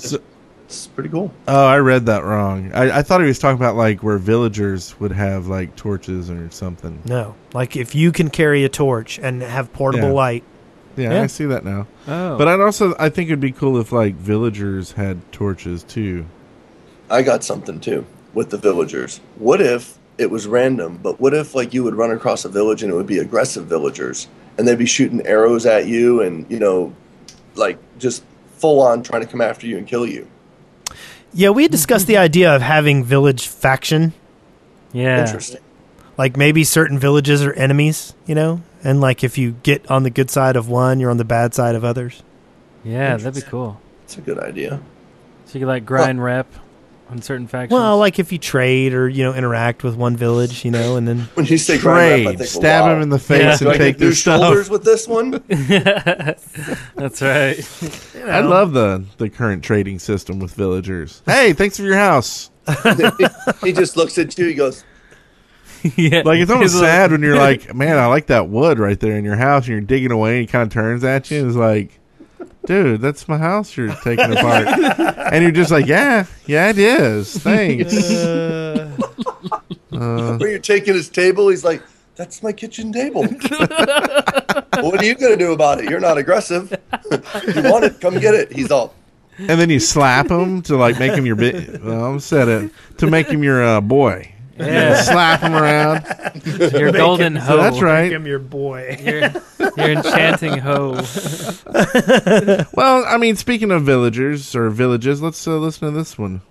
Speaker 7: It's pretty cool.
Speaker 6: Oh, I read that wrong. I, I thought he was talking about like where villagers would have like torches or something.
Speaker 2: No, like if you can carry a torch and have portable
Speaker 6: Yeah.
Speaker 2: light.
Speaker 6: Yeah,
Speaker 2: Yeah.
Speaker 6: I see that now.
Speaker 1: Oh.
Speaker 6: But I'd also I think it'd be cool if like villagers had torches too.
Speaker 7: I got something too with the villagers. What if it was random, but what if like you would run across a village and it would be aggressive villagers and they'd be shooting arrows at you and you know like just full on trying to come after you and kill you.
Speaker 2: Yeah, we had discussed the idea of having village faction.
Speaker 1: Yeah.
Speaker 7: Interesting.
Speaker 2: like maybe certain villages are enemies, you know, and like if you get on the good side of one, you're on the bad side of others.
Speaker 1: Yeah, that'd be cool.
Speaker 7: It's a good idea.
Speaker 1: So you could like grind rep on certain factions.
Speaker 2: Well, like if you trade or you know interact with one village, you know, and then
Speaker 7: When you say grind rep, I
Speaker 6: Trade,
Speaker 7: think,
Speaker 6: stab him in the face,
Speaker 7: Do
Speaker 6: and
Speaker 7: I
Speaker 6: take
Speaker 7: get
Speaker 6: their
Speaker 7: new shoulders
Speaker 6: stuff.
Speaker 7: with this one?
Speaker 1: that's right.
Speaker 6: I love the the current trading system with villagers. Hey, thanks for your house.
Speaker 7: he just looks at you. He goes,
Speaker 1: yeah.
Speaker 6: Like it's almost
Speaker 1: He's like-
Speaker 6: sad when you're like, man, I like that wood right there in your house, and you're digging away, and he kind of turns at you and is like, dude, that's my house you're taking apart. and you're just like, yeah, yeah, it is. Thanks. Uh,
Speaker 7: Where you're taking his table, he's like, "That's my kitchen table." what are you gonna do about it? You're not aggressive. you want it? Come get it. He's all.
Speaker 6: and then you slap him to like make him your bit. Well, I said it to make him your uh, boy.
Speaker 1: Yeah.
Speaker 6: slap him around.
Speaker 1: Your
Speaker 2: Make
Speaker 1: golden
Speaker 2: him-
Speaker 1: hoe.
Speaker 6: That's right.
Speaker 2: Make him your boy.
Speaker 1: Your, your enchanting hoe.
Speaker 6: Well, I mean, speaking of villagers or villages, let's uh, listen to this one.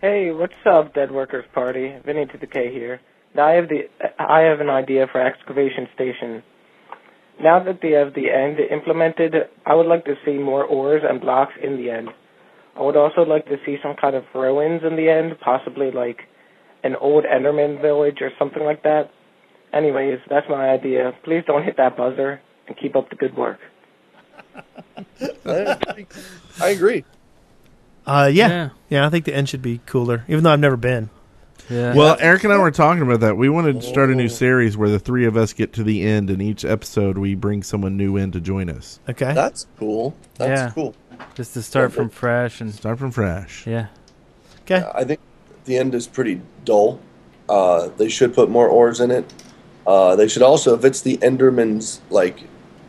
Speaker 12: Hey, what's up, Dead Workers Party? Vinny to the K here. Now I have the I have an idea for excavation station. Now that they have the end implemented, I would like to see more ores and blocks in the end. I would also like to see some kind of ruins in the end, possibly like an old Enderman village or something like that. Anyways, that's my idea. Please don't hit that buzzer and keep up the good work.
Speaker 7: I agree.
Speaker 2: Uh, yeah. yeah,
Speaker 1: Yeah.
Speaker 2: I think the end should be cooler, even though I've never been.
Speaker 1: Yeah.
Speaker 6: Well, Eric and I were talking about that. We want to start a new series where the three of us get to the end, and each episode we bring someone new in to join us.
Speaker 2: Okay,
Speaker 7: That's cool. That's
Speaker 1: Yeah.
Speaker 7: cool.
Speaker 1: Just to start from fresh and
Speaker 6: Start from fresh.
Speaker 1: yeah.
Speaker 2: okay.
Speaker 7: I think the end is pretty dull. Uh, they should put more ores in it. Uh, they should also, if it's the Enderman's like,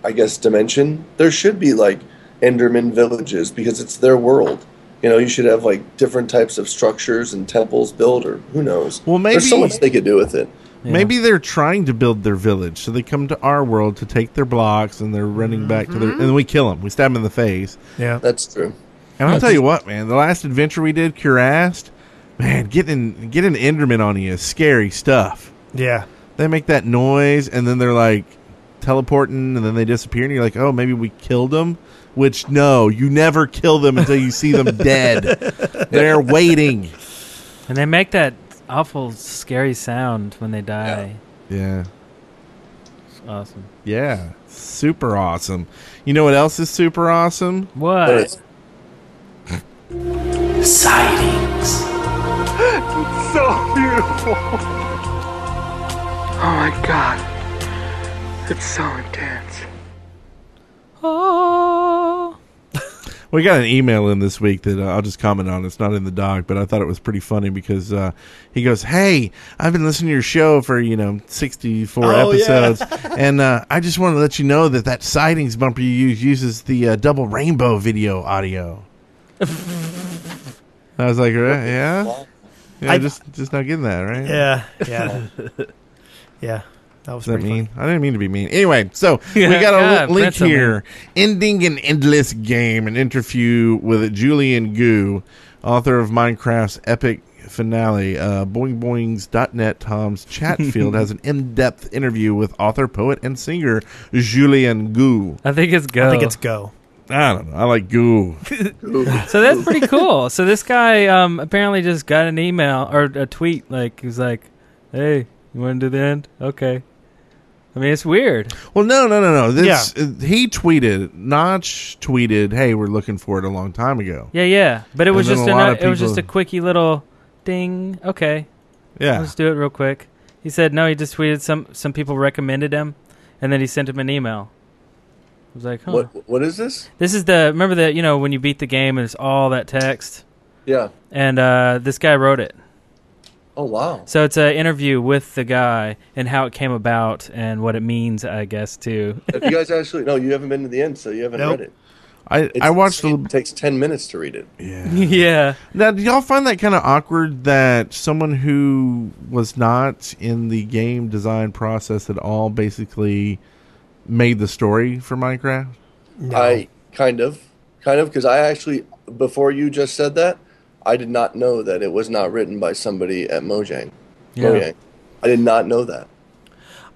Speaker 7: I guess dimension, there should be like Enderman villages because it's their world. You know, you should have like different types of structures and temples built, or who knows.
Speaker 6: Well, maybe-
Speaker 7: there's so much they could do with it.
Speaker 1: Yeah.
Speaker 6: Maybe they're trying to build their village, so they come to our world to take their blocks, and they're running back to their. And we kill them. We stab them in the face.
Speaker 2: Yeah,
Speaker 7: That's true.
Speaker 6: And I'll tell you what, man. The last adventure we did, Curast, man, getting getting an Enderman on you is scary stuff.
Speaker 2: yeah.
Speaker 6: They make that noise, and then they're like teleporting, and then they disappear, and you're like, oh, maybe we killed them. Which no, you never kill them until you see them dead. They're waiting.
Speaker 1: And they make that awful scary sound when they die.
Speaker 6: Yeah.
Speaker 1: It's awesome.
Speaker 6: Yeah. Super awesome. You know what else is super awesome?
Speaker 1: What?
Speaker 7: But it's,
Speaker 12: Oh my god. It's so intense.
Speaker 1: Oh.
Speaker 6: We got an email in this week that uh, I'll just comment on. It's not in the doc, but I thought it was pretty funny because uh, he goes, "Hey, I've been listening to your show for you know sixty four
Speaker 2: Oh, yeah.
Speaker 6: episodes, and uh, I just want to let you know that that sightings bumper you use uses the uh, double rainbow video audio." I was like, "Uh, "Yeah, yeah,
Speaker 2: I-
Speaker 6: just just not getting that right."
Speaker 2: Yeah, yeah, yeah. That was
Speaker 6: Is that
Speaker 2: pretty
Speaker 6: mean? I didn't mean to be mean. Anyway, so we got a
Speaker 1: God,
Speaker 6: li- link
Speaker 1: that's a man.
Speaker 6: here. Ending an endless game, an interview with Julian Goo, author of Minecraft's epic finale. Uh, BoingBoings.net, Tom's Chatfield has an in-depth interview with author, poet, and singer Julian Goo.
Speaker 1: I think it's go.
Speaker 2: I think
Speaker 6: Oh.
Speaker 2: it's go.
Speaker 6: I don't know. I like Goo.
Speaker 1: so that's pretty cool. So this guy um, apparently just got an email or a tweet. Like he's like, "Hey, you want to do the end? Okay." I mean, it's weird.
Speaker 6: Well, no, no, no, no. This uh, he tweeted. Notch tweeted, "Hey, we're looking for it a long time ago."
Speaker 1: Yeah, yeah. But it
Speaker 6: And
Speaker 1: was
Speaker 6: then
Speaker 1: just
Speaker 6: a
Speaker 1: an,
Speaker 6: lot of
Speaker 1: it was just a
Speaker 6: people-
Speaker 1: quickie little ding. Okay,
Speaker 6: Yeah,
Speaker 1: let's do it real quick. He said no. He just tweeted some some people recommended him, and then he sent him an email. I was like, huh.
Speaker 7: what what is this?
Speaker 1: This is the remember that you know when you beat the game, there's all that text,
Speaker 7: Yeah.
Speaker 1: and uh, this guy wrote it.
Speaker 7: Oh wow.
Speaker 1: So it's an interview with the guy and how it came about and what it means, I guess, too.
Speaker 7: Have you guys actually? No, you haven't been to the end, so you haven't
Speaker 2: Nope.
Speaker 7: read it.
Speaker 6: I
Speaker 7: It's
Speaker 6: I watched
Speaker 7: insane.
Speaker 6: the
Speaker 7: It takes ten minutes to read it.
Speaker 6: yeah.
Speaker 1: yeah.
Speaker 6: Now, do y'all find that kind of awkward that someone who was not in the game design process at all basically made the story for Minecraft?
Speaker 2: No.
Speaker 7: I kind of, kind of, because I actually before you just said that, I did not know that it was not written by somebody at Mojang. Mojang. I did not know that.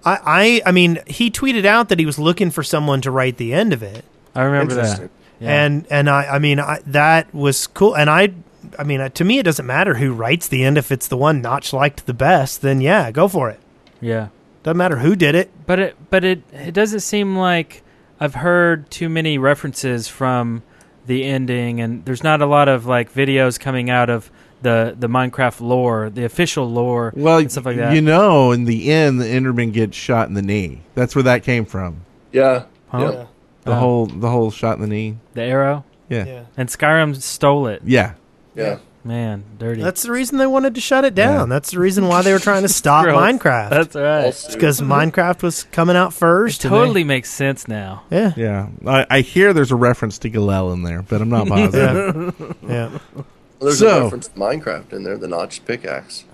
Speaker 2: I, I, I mean, he tweeted out that he was looking for someone to write the end of it,
Speaker 1: I remember
Speaker 7: Interesting.
Speaker 1: that. Yeah.
Speaker 2: and and I, I mean, I, that was cool. And I, I mean, uh, to me, it doesn't matter who writes the end. If it's the one Notch liked the best, then yeah, go for it.
Speaker 1: Yeah.
Speaker 2: Doesn't matter who did it.
Speaker 1: But it but it it doesn't seem like I've heard too many references from the ending and there's not a lot of like videos coming out of the the Minecraft lore, the official lore and stuff like that.
Speaker 6: you know, in the end, the Enderman gets shot in the knee. That's where that came from.
Speaker 7: Yeah.
Speaker 1: Huh?
Speaker 7: yeah.
Speaker 1: Oh.
Speaker 6: The whole the whole shot in the knee.
Speaker 1: The arrow.
Speaker 6: Yeah. Yeah.
Speaker 1: And Skyrim stole it.
Speaker 6: Yeah.
Speaker 7: Yeah.
Speaker 1: Man, dirty.
Speaker 2: That's the reason they wanted to shut it down. That's the reason why they were trying to stop
Speaker 1: Gross.
Speaker 2: Minecraft.
Speaker 1: That's right.
Speaker 2: It's because Minecraft was coming out first. and they-
Speaker 1: totally makes sense now.
Speaker 2: Yeah.
Speaker 6: Yeah. I, I hear there's a reference to Galel in there, but I'm not positive.
Speaker 2: Yeah.
Speaker 7: Well, there's
Speaker 6: So-
Speaker 7: a reference to Minecraft in there, the notched pickaxe.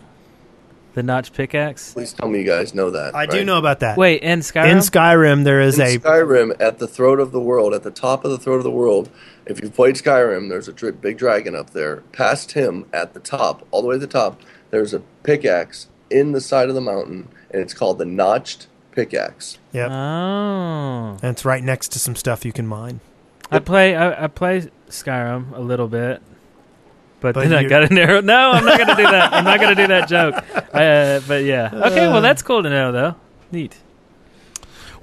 Speaker 1: The notch pickaxe.
Speaker 7: Please tell me you guys know that.
Speaker 2: I do
Speaker 7: right?
Speaker 2: know about that.
Speaker 1: Wait, in Skyrim.
Speaker 2: In Skyrim, there is
Speaker 7: In
Speaker 2: a
Speaker 7: Skyrim, at the throat of the world, at the top of the throat of the world, if you've played Skyrim, there's a dri- big dragon up there. Past him, at the top, all the way to the top, there's a pickaxe in the side of the mountain, and it's called the notched pickaxe.
Speaker 2: Yep.
Speaker 1: Uh. Oh.
Speaker 2: And it's right next to some stuff you can mine.
Speaker 1: I play. I, I play Skyrim a little bit. But,
Speaker 2: But
Speaker 1: then I
Speaker 2: you-
Speaker 1: got an arrow. No, I'm not gonna do that. I'm not gonna do that joke. Uh, but yeah, okay. Well, that's cool to know, though. Neat.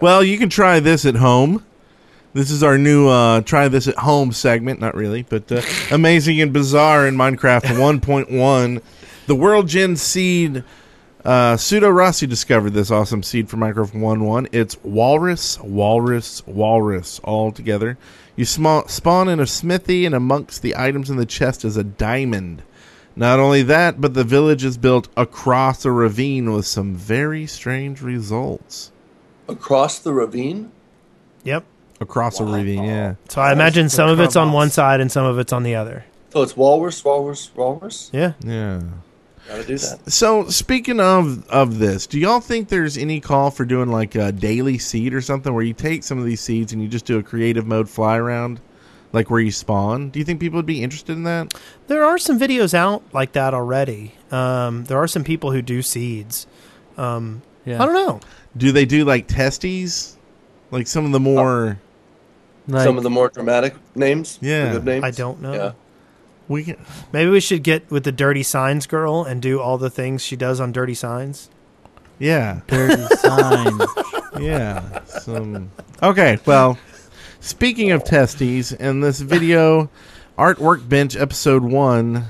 Speaker 6: Well, you can try this at home. This is our new uh, try this at home segment. Not really, but uh, amazing and bizarre in Minecraft 1.1. The world gen seed. Uh, Pseudo Rossi discovered this awesome seed for Minecraft 1.1. It's walrus, walrus, walrus all together. You sma- spawn in a smithy, and amongst the items in the chest is a diamond. Not only that, but the village is built across a ravine with some very strange results.
Speaker 7: Across the ravine?
Speaker 2: Yep.
Speaker 6: Across a ravine, yeah.
Speaker 2: So I imagine some of it's on one side and some of it's on the other.
Speaker 7: So it's walrus, walrus, walrus?
Speaker 2: Yeah.
Speaker 6: Yeah.
Speaker 7: Gotta do that.
Speaker 6: So speaking of of this, do y'all think there's any call for doing like a daily seed or something where you take some of these seeds and you just do a creative mode fly around, like where you spawn? Do you think people would be interested in that?
Speaker 2: There are some videos out like that already. Um, there are some people who do seeds. Um,
Speaker 1: Yeah.
Speaker 2: I don't know.
Speaker 6: Do they do like testes, like some of the more
Speaker 1: Like,
Speaker 7: Some of the more dramatic names? the
Speaker 6: Yeah.
Speaker 7: good names?
Speaker 2: I don't know.
Speaker 7: Yeah.
Speaker 6: we can,
Speaker 2: Maybe we should get with the Dirty Signs girl and do all the things she does on Dirty Signs.
Speaker 6: yeah
Speaker 1: dirty sign.
Speaker 6: yeah some okay well speaking of testes in this video art workbench episode one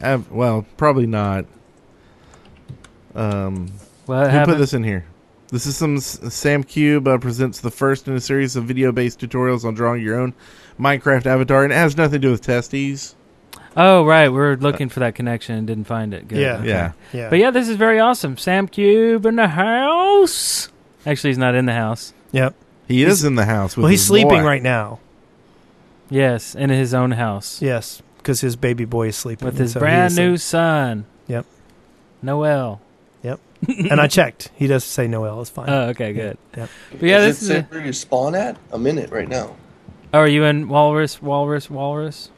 Speaker 6: ev- well probably not um
Speaker 1: What
Speaker 6: Who put
Speaker 1: happened?
Speaker 6: this in here? This is some S- Sam Cube uh, presents the first in a series of video-based tutorials on drawing your own Minecraft avatar, and it has nothing to do with testes.
Speaker 1: Oh right, we were looking for that connection and didn't find it. Good.
Speaker 2: Yeah.
Speaker 1: Okay.
Speaker 6: Yeah,
Speaker 2: Yeah.
Speaker 1: But yeah, this is very awesome. Sam Cube in the house. Actually, he's not in the house.
Speaker 2: Yep.
Speaker 6: he is in the house. With
Speaker 2: Well, he's
Speaker 6: his
Speaker 2: sleeping
Speaker 6: boy.
Speaker 2: right now.
Speaker 1: Yes, in his own house
Speaker 2: Yes, because his baby boy is sleeping
Speaker 1: with
Speaker 2: and
Speaker 1: his
Speaker 2: so he
Speaker 1: brand
Speaker 2: is
Speaker 1: new son.
Speaker 2: Yep.
Speaker 1: Noel.
Speaker 2: sleeping. and I checked. He does say Noel is fine.
Speaker 1: Oh, okay, good.
Speaker 2: Yep.
Speaker 1: But yeah,
Speaker 7: Does
Speaker 1: this
Speaker 7: it
Speaker 1: is.
Speaker 7: say
Speaker 1: A,
Speaker 7: where you spawn at? I'm in it right now.
Speaker 1: oh, are you in Walrus? Walrus? Walrus?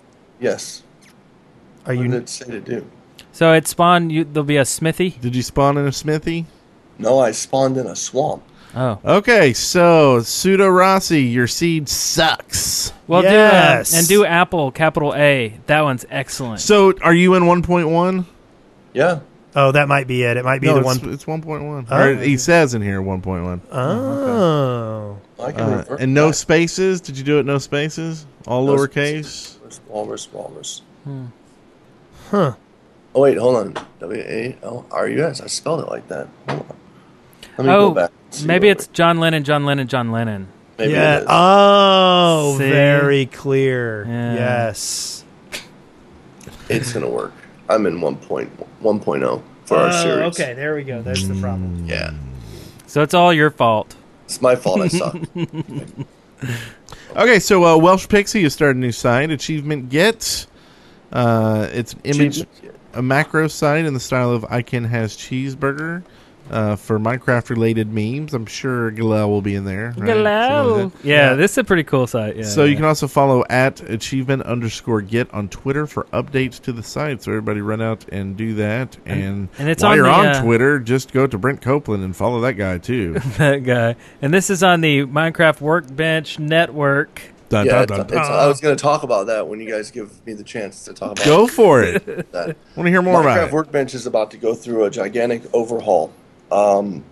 Speaker 7: Yes.
Speaker 2: Are
Speaker 7: What
Speaker 2: you?
Speaker 7: did it say to do?
Speaker 1: So at spawn, you, there'll be a smithy.
Speaker 6: Did you spawn in a smithy?
Speaker 7: No, I spawned in a swamp.
Speaker 1: Oh,
Speaker 6: Okay, so pseudo Rossi, your seed sucks.
Speaker 1: well,
Speaker 2: Yes.
Speaker 1: do uh, and do Apple capital A. That one's excellent.
Speaker 6: So are you in one point one?
Speaker 7: Yeah.
Speaker 2: Oh, that might be it. It might be the
Speaker 6: it's,
Speaker 2: one.
Speaker 6: It's one point one.
Speaker 2: Oh.
Speaker 6: He says in here one point one.
Speaker 2: Uh, Oh,
Speaker 7: I can
Speaker 6: Uh,
Speaker 7: revert
Speaker 6: and no
Speaker 7: back.
Speaker 6: spaces? Did you do it? No spaces? All
Speaker 7: No
Speaker 6: lowercase.
Speaker 7: Walrus, walrus.
Speaker 1: Hmm.
Speaker 2: huh.
Speaker 7: Oh wait, hold on. W A L R U S. I spelled it like that. Hold on. Let me
Speaker 1: oh,
Speaker 7: go back. and see
Speaker 1: maybe
Speaker 7: what-
Speaker 1: it's John Lennon, John Lennon, John Lennon.
Speaker 7: maybe
Speaker 2: yeah. uh,
Speaker 7: It is.
Speaker 2: Oh,
Speaker 1: See?
Speaker 2: very clear.
Speaker 1: Yeah.
Speaker 2: Yes.
Speaker 7: it's gonna work. I'm in 1.1 1.0 for
Speaker 1: Oh,
Speaker 7: our series.
Speaker 2: Oh, okay, there we go. That's the problem.
Speaker 7: Yeah.
Speaker 1: So it's all your fault.
Speaker 7: It's my fault. I suck.
Speaker 6: Okay, so uh, Welsh Pixie has started a new site, Achievement Get. Uh, it's an image, a macro site in the style of Iken has cheeseburger uh, for Minecraft related memes. I'm sure Galel will be in there. right? Something like that.
Speaker 1: Yeah, this is a pretty cool site. Yeah.
Speaker 6: So you
Speaker 1: yeah.
Speaker 6: can also follow at achievement underscore get on Twitter for updates to the site. So everybody run out and do that. And,
Speaker 1: and it's
Speaker 6: while
Speaker 1: on
Speaker 6: you're
Speaker 1: the,
Speaker 6: on
Speaker 1: uh,
Speaker 6: Twitter, just go to Brent Copeland and follow that guy too.
Speaker 1: that guy. And this is on the Minecraft Workbench Network.
Speaker 6: Dun,
Speaker 7: yeah,
Speaker 6: dun,
Speaker 7: it's,
Speaker 6: dun,
Speaker 7: it's,
Speaker 6: dun.
Speaker 7: I was gonna talk about that when you guys give me the chance to talk about
Speaker 6: Go for it.
Speaker 7: that.
Speaker 6: Want to hear more
Speaker 7: Minecraft
Speaker 6: about it?
Speaker 7: Workbench is about to go through a gigantic overhaul. Um,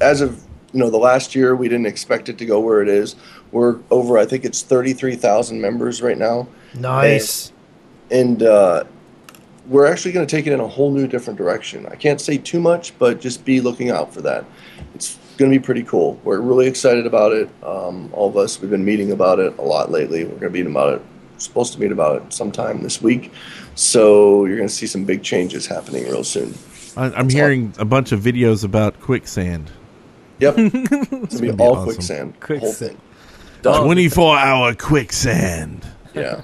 Speaker 7: as of you know, the last year we didn't expect it to go where it is. We're over, I think it's thirty-three thousand members right now,
Speaker 2: Nice.
Speaker 7: and uh, we're actually going to take it in a whole new different direction. I can't say too much, but just be looking out for that. It's going to be pretty cool. We're really excited about it. Um, all of us, we've been meeting about it a lot lately. We're going to meet about it. Supposed to meet about it sometime this week. So you're going to see some big changes happening real soon.
Speaker 6: I, I'm hearing a bunch of videos about quicksand.
Speaker 7: Yep, it's going to be
Speaker 6: gonna be
Speaker 7: all
Speaker 6: awesome.
Speaker 7: quicksand. the whole
Speaker 6: Quicksand.
Speaker 7: thing. Done.
Speaker 6: 24 hour quicksand.
Speaker 7: Yeah.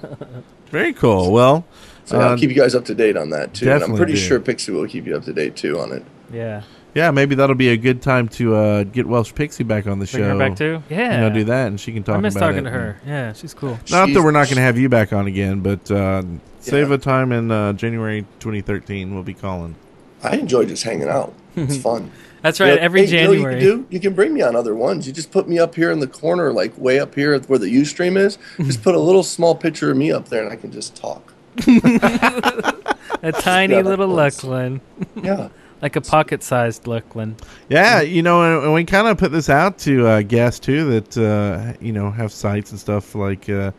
Speaker 6: Very cool. Well,
Speaker 7: So I'll
Speaker 6: uh,
Speaker 7: keep you guys up to date on that too. And I'm
Speaker 6: definitely
Speaker 7: pretty
Speaker 6: do.
Speaker 7: sure Pixie will keep you up to date too on it.
Speaker 1: Yeah.
Speaker 6: yeah, maybe that'll be a good time to uh, get Welsh Pixie back on the
Speaker 1: Bring
Speaker 6: show.
Speaker 1: her back too? Yeah.
Speaker 6: You know, do that, and she can talk
Speaker 1: I miss
Speaker 6: about
Speaker 1: talking to
Speaker 6: it.
Speaker 1: her. Yeah, she's cool.
Speaker 6: Not that we're not going to have you back on again, but uh, save
Speaker 7: Yeah.
Speaker 6: a time in uh, January 2013. We'll be calling.
Speaker 7: I enjoy just hanging out. It's fun.
Speaker 1: That's right, every
Speaker 7: you know what
Speaker 1: January.
Speaker 7: you, can do? you can bring me on other ones. You just put me up here in the corner, like way up here where the UStream is. Just put a little small picture of me up there, and I can just talk.
Speaker 1: A tiny
Speaker 7: Yeah, that
Speaker 1: little
Speaker 7: works.
Speaker 1: Lachlan.
Speaker 7: Yeah.
Speaker 1: like a pocket sized Lachlan.
Speaker 6: Yeah, you know, and, and we kind of put this out to uh, guests too that uh, you know have sites and stuff like uh,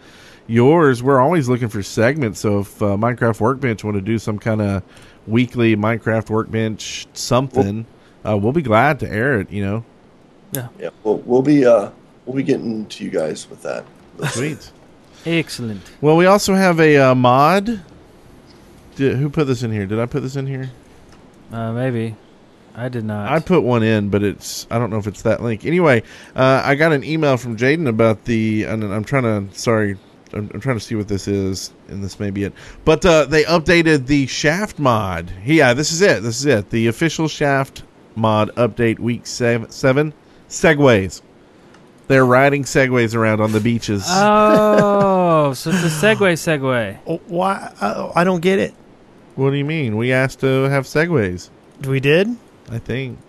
Speaker 6: yours. We're always looking for segments. So if uh, Minecraft Workbench want to do some kind of weekly Minecraft Workbench something, uh, we'll be glad to air it. You know,
Speaker 7: Yeah, we'll, we'll be uh, we'll be getting to you guys with that.
Speaker 6: sweet.
Speaker 1: Excellent.
Speaker 6: Well, we also have a uh, mod. Did, who put this in here? Did I put this in here?
Speaker 1: Uh, maybe. I did not.
Speaker 6: I put one in, but it's I don't know if it's that link. Anyway, uh, I got an email from Jaden about the. And I'm trying to. Sorry, I'm, I'm trying to see what this is, and this may be it. But uh, they updated the Shaft mod. Yeah, this is it. This is it. The official Shaft mod update week seven. seven segways. They're riding segways around on the beaches.
Speaker 1: Uh, Oh, so it's a segue segue.
Speaker 2: Oh, Why? I, I don't get it.
Speaker 6: what do you mean? We asked to have segways.
Speaker 2: We did.
Speaker 6: I think.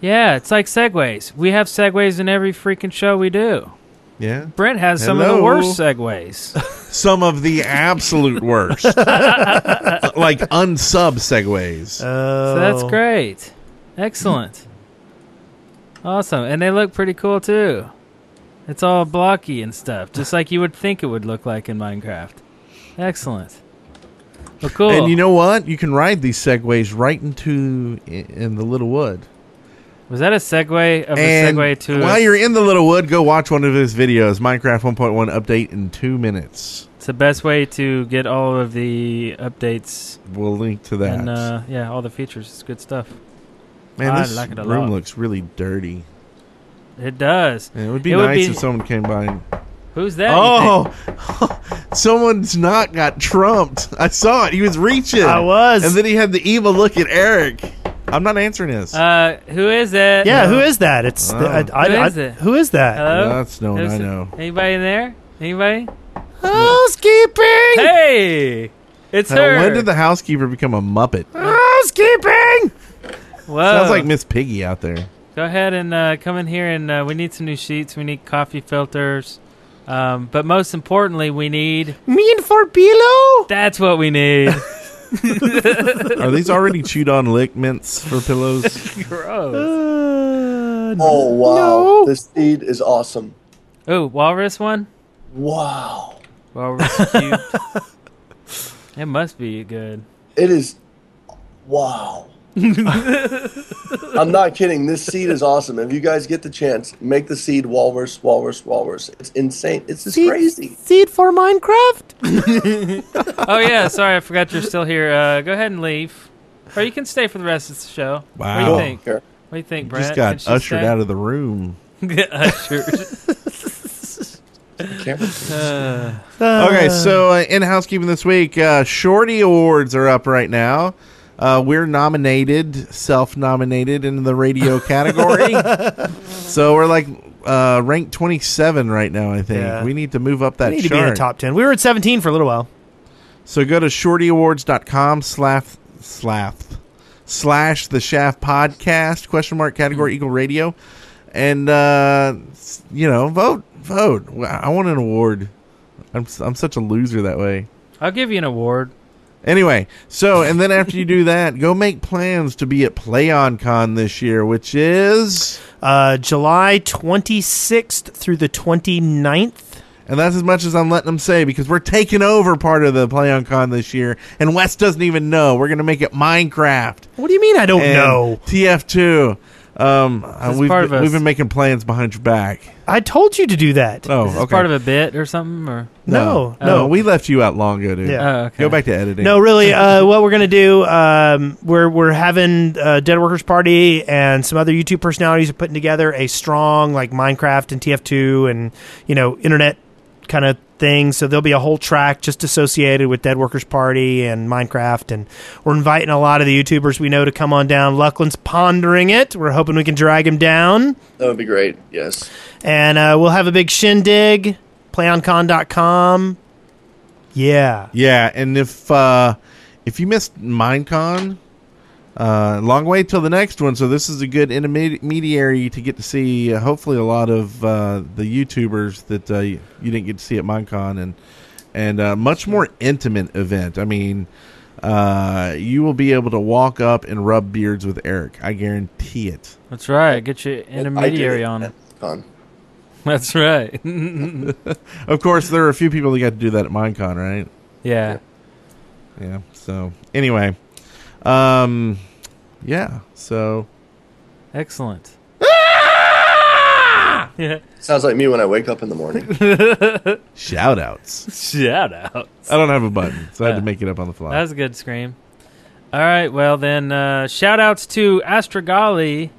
Speaker 1: Yeah, it's like segways. We have segways in every freaking show we do.
Speaker 6: Yeah.
Speaker 1: Brent has some of the
Speaker 6: Hello.
Speaker 1: worst segways.
Speaker 6: Some of the absolute worst. like unsub segways.
Speaker 1: So
Speaker 2: Oh,
Speaker 1: that's great. Excellent. awesome. And they look pretty cool too. It's all blocky and stuff, just like you would think it would look like in Minecraft. Excellent. Well, cool.
Speaker 6: And you know what? You can ride these segways right into i- in the little wood.
Speaker 1: was that a segue of
Speaker 6: and
Speaker 1: a segue to
Speaker 6: while
Speaker 1: a-
Speaker 6: you're in the little wood, go watch one of his videos. Minecraft 1.1 update in two minutes.
Speaker 1: It's the best way to get all of the updates
Speaker 6: We'll link to that.
Speaker 1: and uh, yeah, all the features. It's good stuff.
Speaker 6: Man,
Speaker 1: I
Speaker 6: this
Speaker 1: like it a
Speaker 6: room
Speaker 1: lot.
Speaker 6: looks really dirty.
Speaker 1: It does.
Speaker 6: And it would be
Speaker 1: It would
Speaker 6: nice
Speaker 1: be-
Speaker 6: if someone came by. And,
Speaker 1: Who's that? you think?
Speaker 6: oh, someone's not got trumped. I saw it. He was reaching.
Speaker 2: I was.
Speaker 6: And then he had the evil look at Eric. I'm not answering this.
Speaker 1: Uh, who is it?
Speaker 2: Yeah, who is that? It's
Speaker 6: Wow.
Speaker 2: the, I, I,
Speaker 1: Who
Speaker 2: I-
Speaker 1: is it?
Speaker 2: who is that?
Speaker 1: Hello.
Speaker 6: That's no one
Speaker 1: Who's
Speaker 6: I
Speaker 1: it?
Speaker 6: know.
Speaker 1: Anybody in there? Anybody?
Speaker 2: Housekeeping,
Speaker 1: Hey, it's
Speaker 6: Now,
Speaker 1: her.
Speaker 6: when did the housekeeper become a muppet?
Speaker 2: housekeeping.
Speaker 1: Whoa.
Speaker 6: Sounds like Miss Piggy out there.
Speaker 1: Go ahead and uh, come in here, and uh, we need some new sheets. We need coffee filters, um, but most importantly, we need.
Speaker 2: Mean for pillow.
Speaker 1: That's what we need.
Speaker 6: Are these already chewed on lick mints for pillows?
Speaker 1: Gross.
Speaker 2: Uh,
Speaker 7: Oh wow,
Speaker 2: No.
Speaker 7: this seed is awesome.
Speaker 1: Oh, walrus one.
Speaker 7: Wow,
Speaker 1: Walrus cubed. It must be good.
Speaker 7: it is. Wow. I'm not kidding. This seed is awesome. If you guys get the chance, make the seed walrus, walrus, walrus. It's insane. It's just crazy.
Speaker 2: Seed for Minecraft.
Speaker 1: Oh yeah, sorry, I forgot you're still here. Uh, go ahead and leave, or you can stay for the rest of the show. What do
Speaker 6: Wow.
Speaker 1: you think?
Speaker 7: Here.
Speaker 1: What do you think, Brent?
Speaker 6: Just got ushered out of the room.
Speaker 1: Get ushered.
Speaker 7: Camera.
Speaker 1: Uh,
Speaker 6: Okay, so uh, in housekeeping this week, uh, Shorty Awards are up right now. Uh, we're nominated, self-nominated in the radio category. so we're like uh, ranked 27 right now. I think
Speaker 2: Yeah.
Speaker 6: we need to move up that
Speaker 2: I need to be in
Speaker 6: chart.
Speaker 2: the top ten. We were at seventeen for a little while.
Speaker 6: So go to shortyawards.com slash slash slash the shaft podcast question mark category
Speaker 2: Mm-hmm.
Speaker 6: eagle radio and uh s- you know vote vote Well, I want an award I'm s- I'm such a loser that way
Speaker 1: I'll give you an award.
Speaker 6: Anyway, so and then after you do that, go make plans to be at PlayOnCon this year, which is
Speaker 2: Uh, July twenty sixth through the 29th.
Speaker 6: and that's as much as I'm letting them say because we're taking over part of the PlayOnCon this year, and Wes doesn't even know. We're gonna make it Minecraft.
Speaker 2: Oh, What do you mean? I don't
Speaker 6: and
Speaker 2: know.
Speaker 6: TF2. Um, uh,
Speaker 1: is
Speaker 6: we've,
Speaker 1: part of
Speaker 6: been-
Speaker 1: a-
Speaker 6: we've been making plans behind your back.
Speaker 2: I told you to do that.
Speaker 6: Oh,
Speaker 1: Is this
Speaker 6: okay.
Speaker 1: part of a bit or something? Or
Speaker 2: No,
Speaker 1: Oh.
Speaker 2: no.
Speaker 6: we left you out long ago, dude.
Speaker 2: Yeah. Oh,
Speaker 6: Go back to editing.
Speaker 2: No, really. Uh, what we're gonna do? Um, we're we're having uh, Dead Workers Party and some other YouTube personalities are putting together a strong like Minecraft and TF2 and you know internet kind of thing. So there'll be a whole track just associated with Dead Workers Party and Minecraft, and we're inviting a lot of the YouTubers we know to come on down. Luckland's pondering it. We're hoping we can drag him down
Speaker 7: That would be great. Yes.
Speaker 2: and uh, we'll have a big shindig. PlayOnCon.com. Yeah.
Speaker 6: Yeah, and if uh if you missed Minecon, uh long way till the next one, so this is a good intermediary to get to see uh, hopefully a lot of uh the YouTubers that uh, you you didn't get to see at Minecon and and uh much more intimate event. I mean, uh you will be able to walk up and rub beards with Eric. I guarantee it.
Speaker 1: That's right. Get your intermediary on. it. That's right. yeah.
Speaker 6: of course, there are a few people that got to do that at Minecon, right? Yeah. So anyway, um, yeah. So
Speaker 1: Excellent.
Speaker 6: Ah!
Speaker 7: Sounds like me when I wake up in the morning.
Speaker 6: shout outs.
Speaker 1: Shout out.
Speaker 6: I don't have a button, so I had
Speaker 1: Yeah.
Speaker 6: to make it up on the fly.
Speaker 1: That was a good scream. All right. Well, then, uh, shout outs to Astragali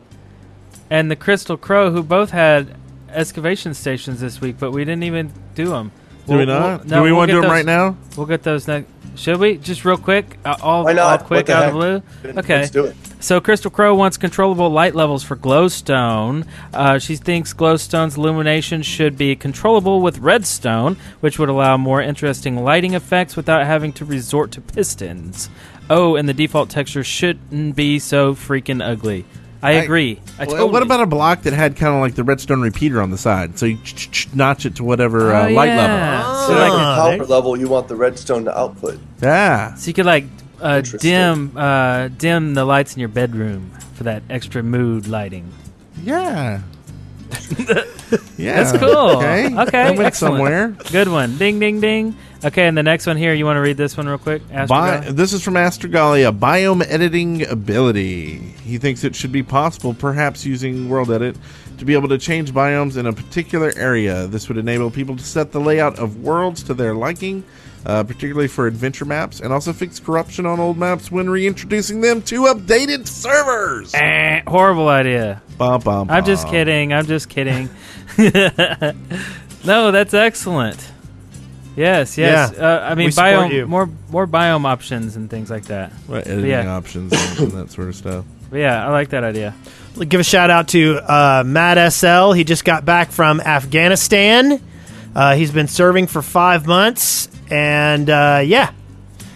Speaker 1: and the Crystal Crow, who both had excavation stations this week, but we didn't even do them.
Speaker 6: Do we not? Do we wanna do 'em right now?
Speaker 1: We'll get those next. Should we? Just real quick? Uh, all,
Speaker 7: Why not?
Speaker 1: all quick
Speaker 7: What the
Speaker 1: out
Speaker 7: heck?
Speaker 1: of the blue?
Speaker 7: Let's
Speaker 1: Okay.
Speaker 7: do it.
Speaker 1: So, Crystal Crow wants controllable light levels for glowstone. Uh, she thinks glowstone's illumination should be controllable with redstone, which would allow more interesting lighting effects without having to resort to pistons. Oh, and the default texture shouldn't be so freaking ugly. I
Speaker 6: I-
Speaker 1: agree. I,
Speaker 6: Well,
Speaker 1: totally
Speaker 6: What about a block that had kind of like the redstone repeater on the side? So you ch- ch- notch it to whatever uh,
Speaker 1: Oh,
Speaker 6: light
Speaker 1: yeah.
Speaker 6: level.
Speaker 7: So like your power level, you want the redstone to output.
Speaker 6: Yeah.
Speaker 1: So you could like uh, dim uh, dim the lights in your bedroom for that extra mood lighting.
Speaker 6: Yeah. yeah.
Speaker 1: That's cool.
Speaker 6: Uh, Okay.
Speaker 1: Okay.
Speaker 6: That went
Speaker 1: excellent.
Speaker 6: somewhere.
Speaker 1: Good one. Ding ding ding. Okay, and the next one here. You want to read this one real quick?
Speaker 6: Bi-
Speaker 1: Astrogal-
Speaker 6: this is from Astrogalia. Biome editing ability. He thinks it should be possible, perhaps using World Edit, to be able to change biomes in a particular area. This would enable people to set the layout of worlds to their liking, uh, particularly for adventure maps, and also fix corruption on old maps when reintroducing them to updated servers.
Speaker 1: Eh, horrible idea.
Speaker 6: Bum, bum,
Speaker 1: I'm just
Speaker 6: bum.
Speaker 1: kidding. I'm just kidding. no, that's excellent. Yes, yes.
Speaker 2: Yeah.
Speaker 1: Uh, I mean,
Speaker 2: We support
Speaker 1: biome,
Speaker 2: you.
Speaker 1: more more biome options and things like that.
Speaker 6: Right,
Speaker 1: But
Speaker 6: editing
Speaker 1: yeah,
Speaker 6: options and, and that sort of stuff.
Speaker 1: but yeah, I like that idea.
Speaker 2: Give a shout out to uh, Matt SL. He just got back from Afghanistan. Uh, he's been serving for five months, and uh, yeah,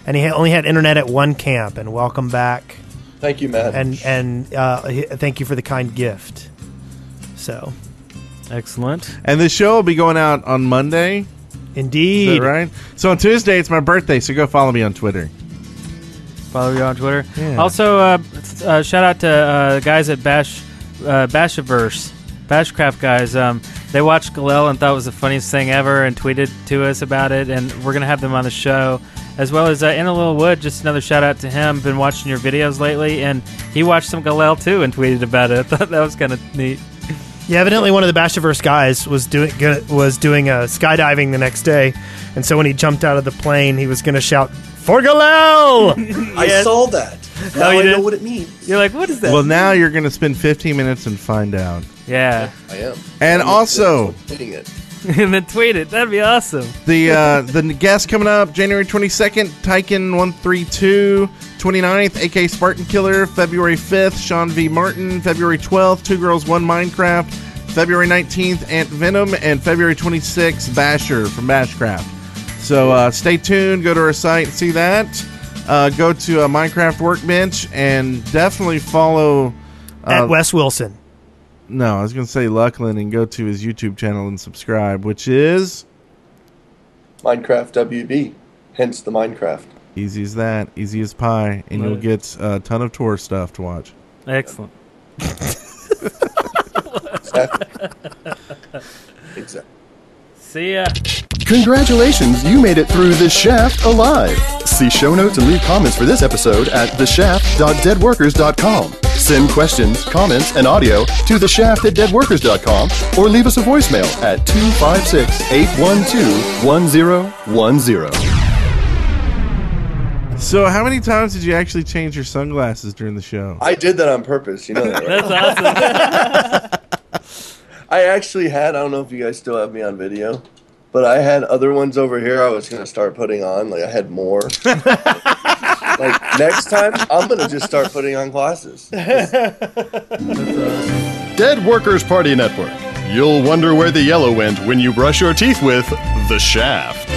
Speaker 2: and he ha- only had internet at one camp. And welcome back,
Speaker 7: Thank you, Matt.
Speaker 2: and and uh, he- thank you for the kind gift. So,
Speaker 1: Excellent.
Speaker 6: And the show will be going out on Monday, is
Speaker 2: indeed,
Speaker 6: that right? So on Tuesday, it's my birthday, so go follow me on Twitter.
Speaker 1: Follow you on Twitter.
Speaker 6: Yeah.
Speaker 1: Also, uh, th- uh, shout out to uh, the guys at Bash, uh, Bashiverse, Bashcraft guys. Um, they watched Galil and thought it was the funniest thing ever, and tweeted to us about it. And we're gonna have them on the show, as well as uh, In a Little Wood. Just another shout out to him. Been watching your videos lately, and he watched some Galil too and tweeted about it. I thought that was kind of neat.
Speaker 2: Yeah, evidently one of the Bashiverse guys was doing gonna- was doing uh, skydiving the next day, and so when he jumped out of the plane, he was going to shout "For Galil!"
Speaker 7: I saw that. Now
Speaker 1: you
Speaker 7: I know
Speaker 1: didn't?
Speaker 7: what it means.
Speaker 1: You're like, what is that?
Speaker 6: Well, now you're going to spend 15 minutes and find out.
Speaker 1: yeah,
Speaker 7: I am.
Speaker 6: And also,
Speaker 7: Hitting it.
Speaker 1: and then tweet it. That'd be awesome.
Speaker 6: the uh, the guest coming up January 22nd, Tyken 132, 29th, AK Spartan Killer, February 5th, Sean V. Martin, February 12th, Two Girls, One Minecraft, February 19th, Ant Venom, and February 26th, Basher from Bashcraft. So uh, stay tuned, go to our site, see that. Uh, go to uh, Minecraft Workbench and definitely follow.
Speaker 2: at
Speaker 6: Uh,
Speaker 2: Wes Wilson.
Speaker 6: no, I was going to say Lucklin and go to his YouTube channel and subscribe, which is.
Speaker 7: Minecraft WB, hence the Minecraft.
Speaker 6: Easy as that, easy as pie, and you'll get a ton of tour stuff to watch.
Speaker 1: Excellent.
Speaker 7: Exactly.
Speaker 1: See ya.
Speaker 4: Congratulations, you made it through The Shaft alive. See show notes and leave comments for this episode at theshaft.deadworkers.com. Send questions, comments, and audio to the shaft at deadworkers.com or leave us a voicemail at 256 812 1010.
Speaker 6: So, how many times did you actually change your sunglasses during the show?
Speaker 7: I did that on purpose. You know that, right? I actually had, I don't know if you guys still have me on video, but I had other ones over here I was going to start putting on. Like, I had more. like, next time, I'm going to just start putting on glasses.
Speaker 4: Dead Workers Party Network. You'll wonder where the yellow went when you brush your teeth with The Shaft.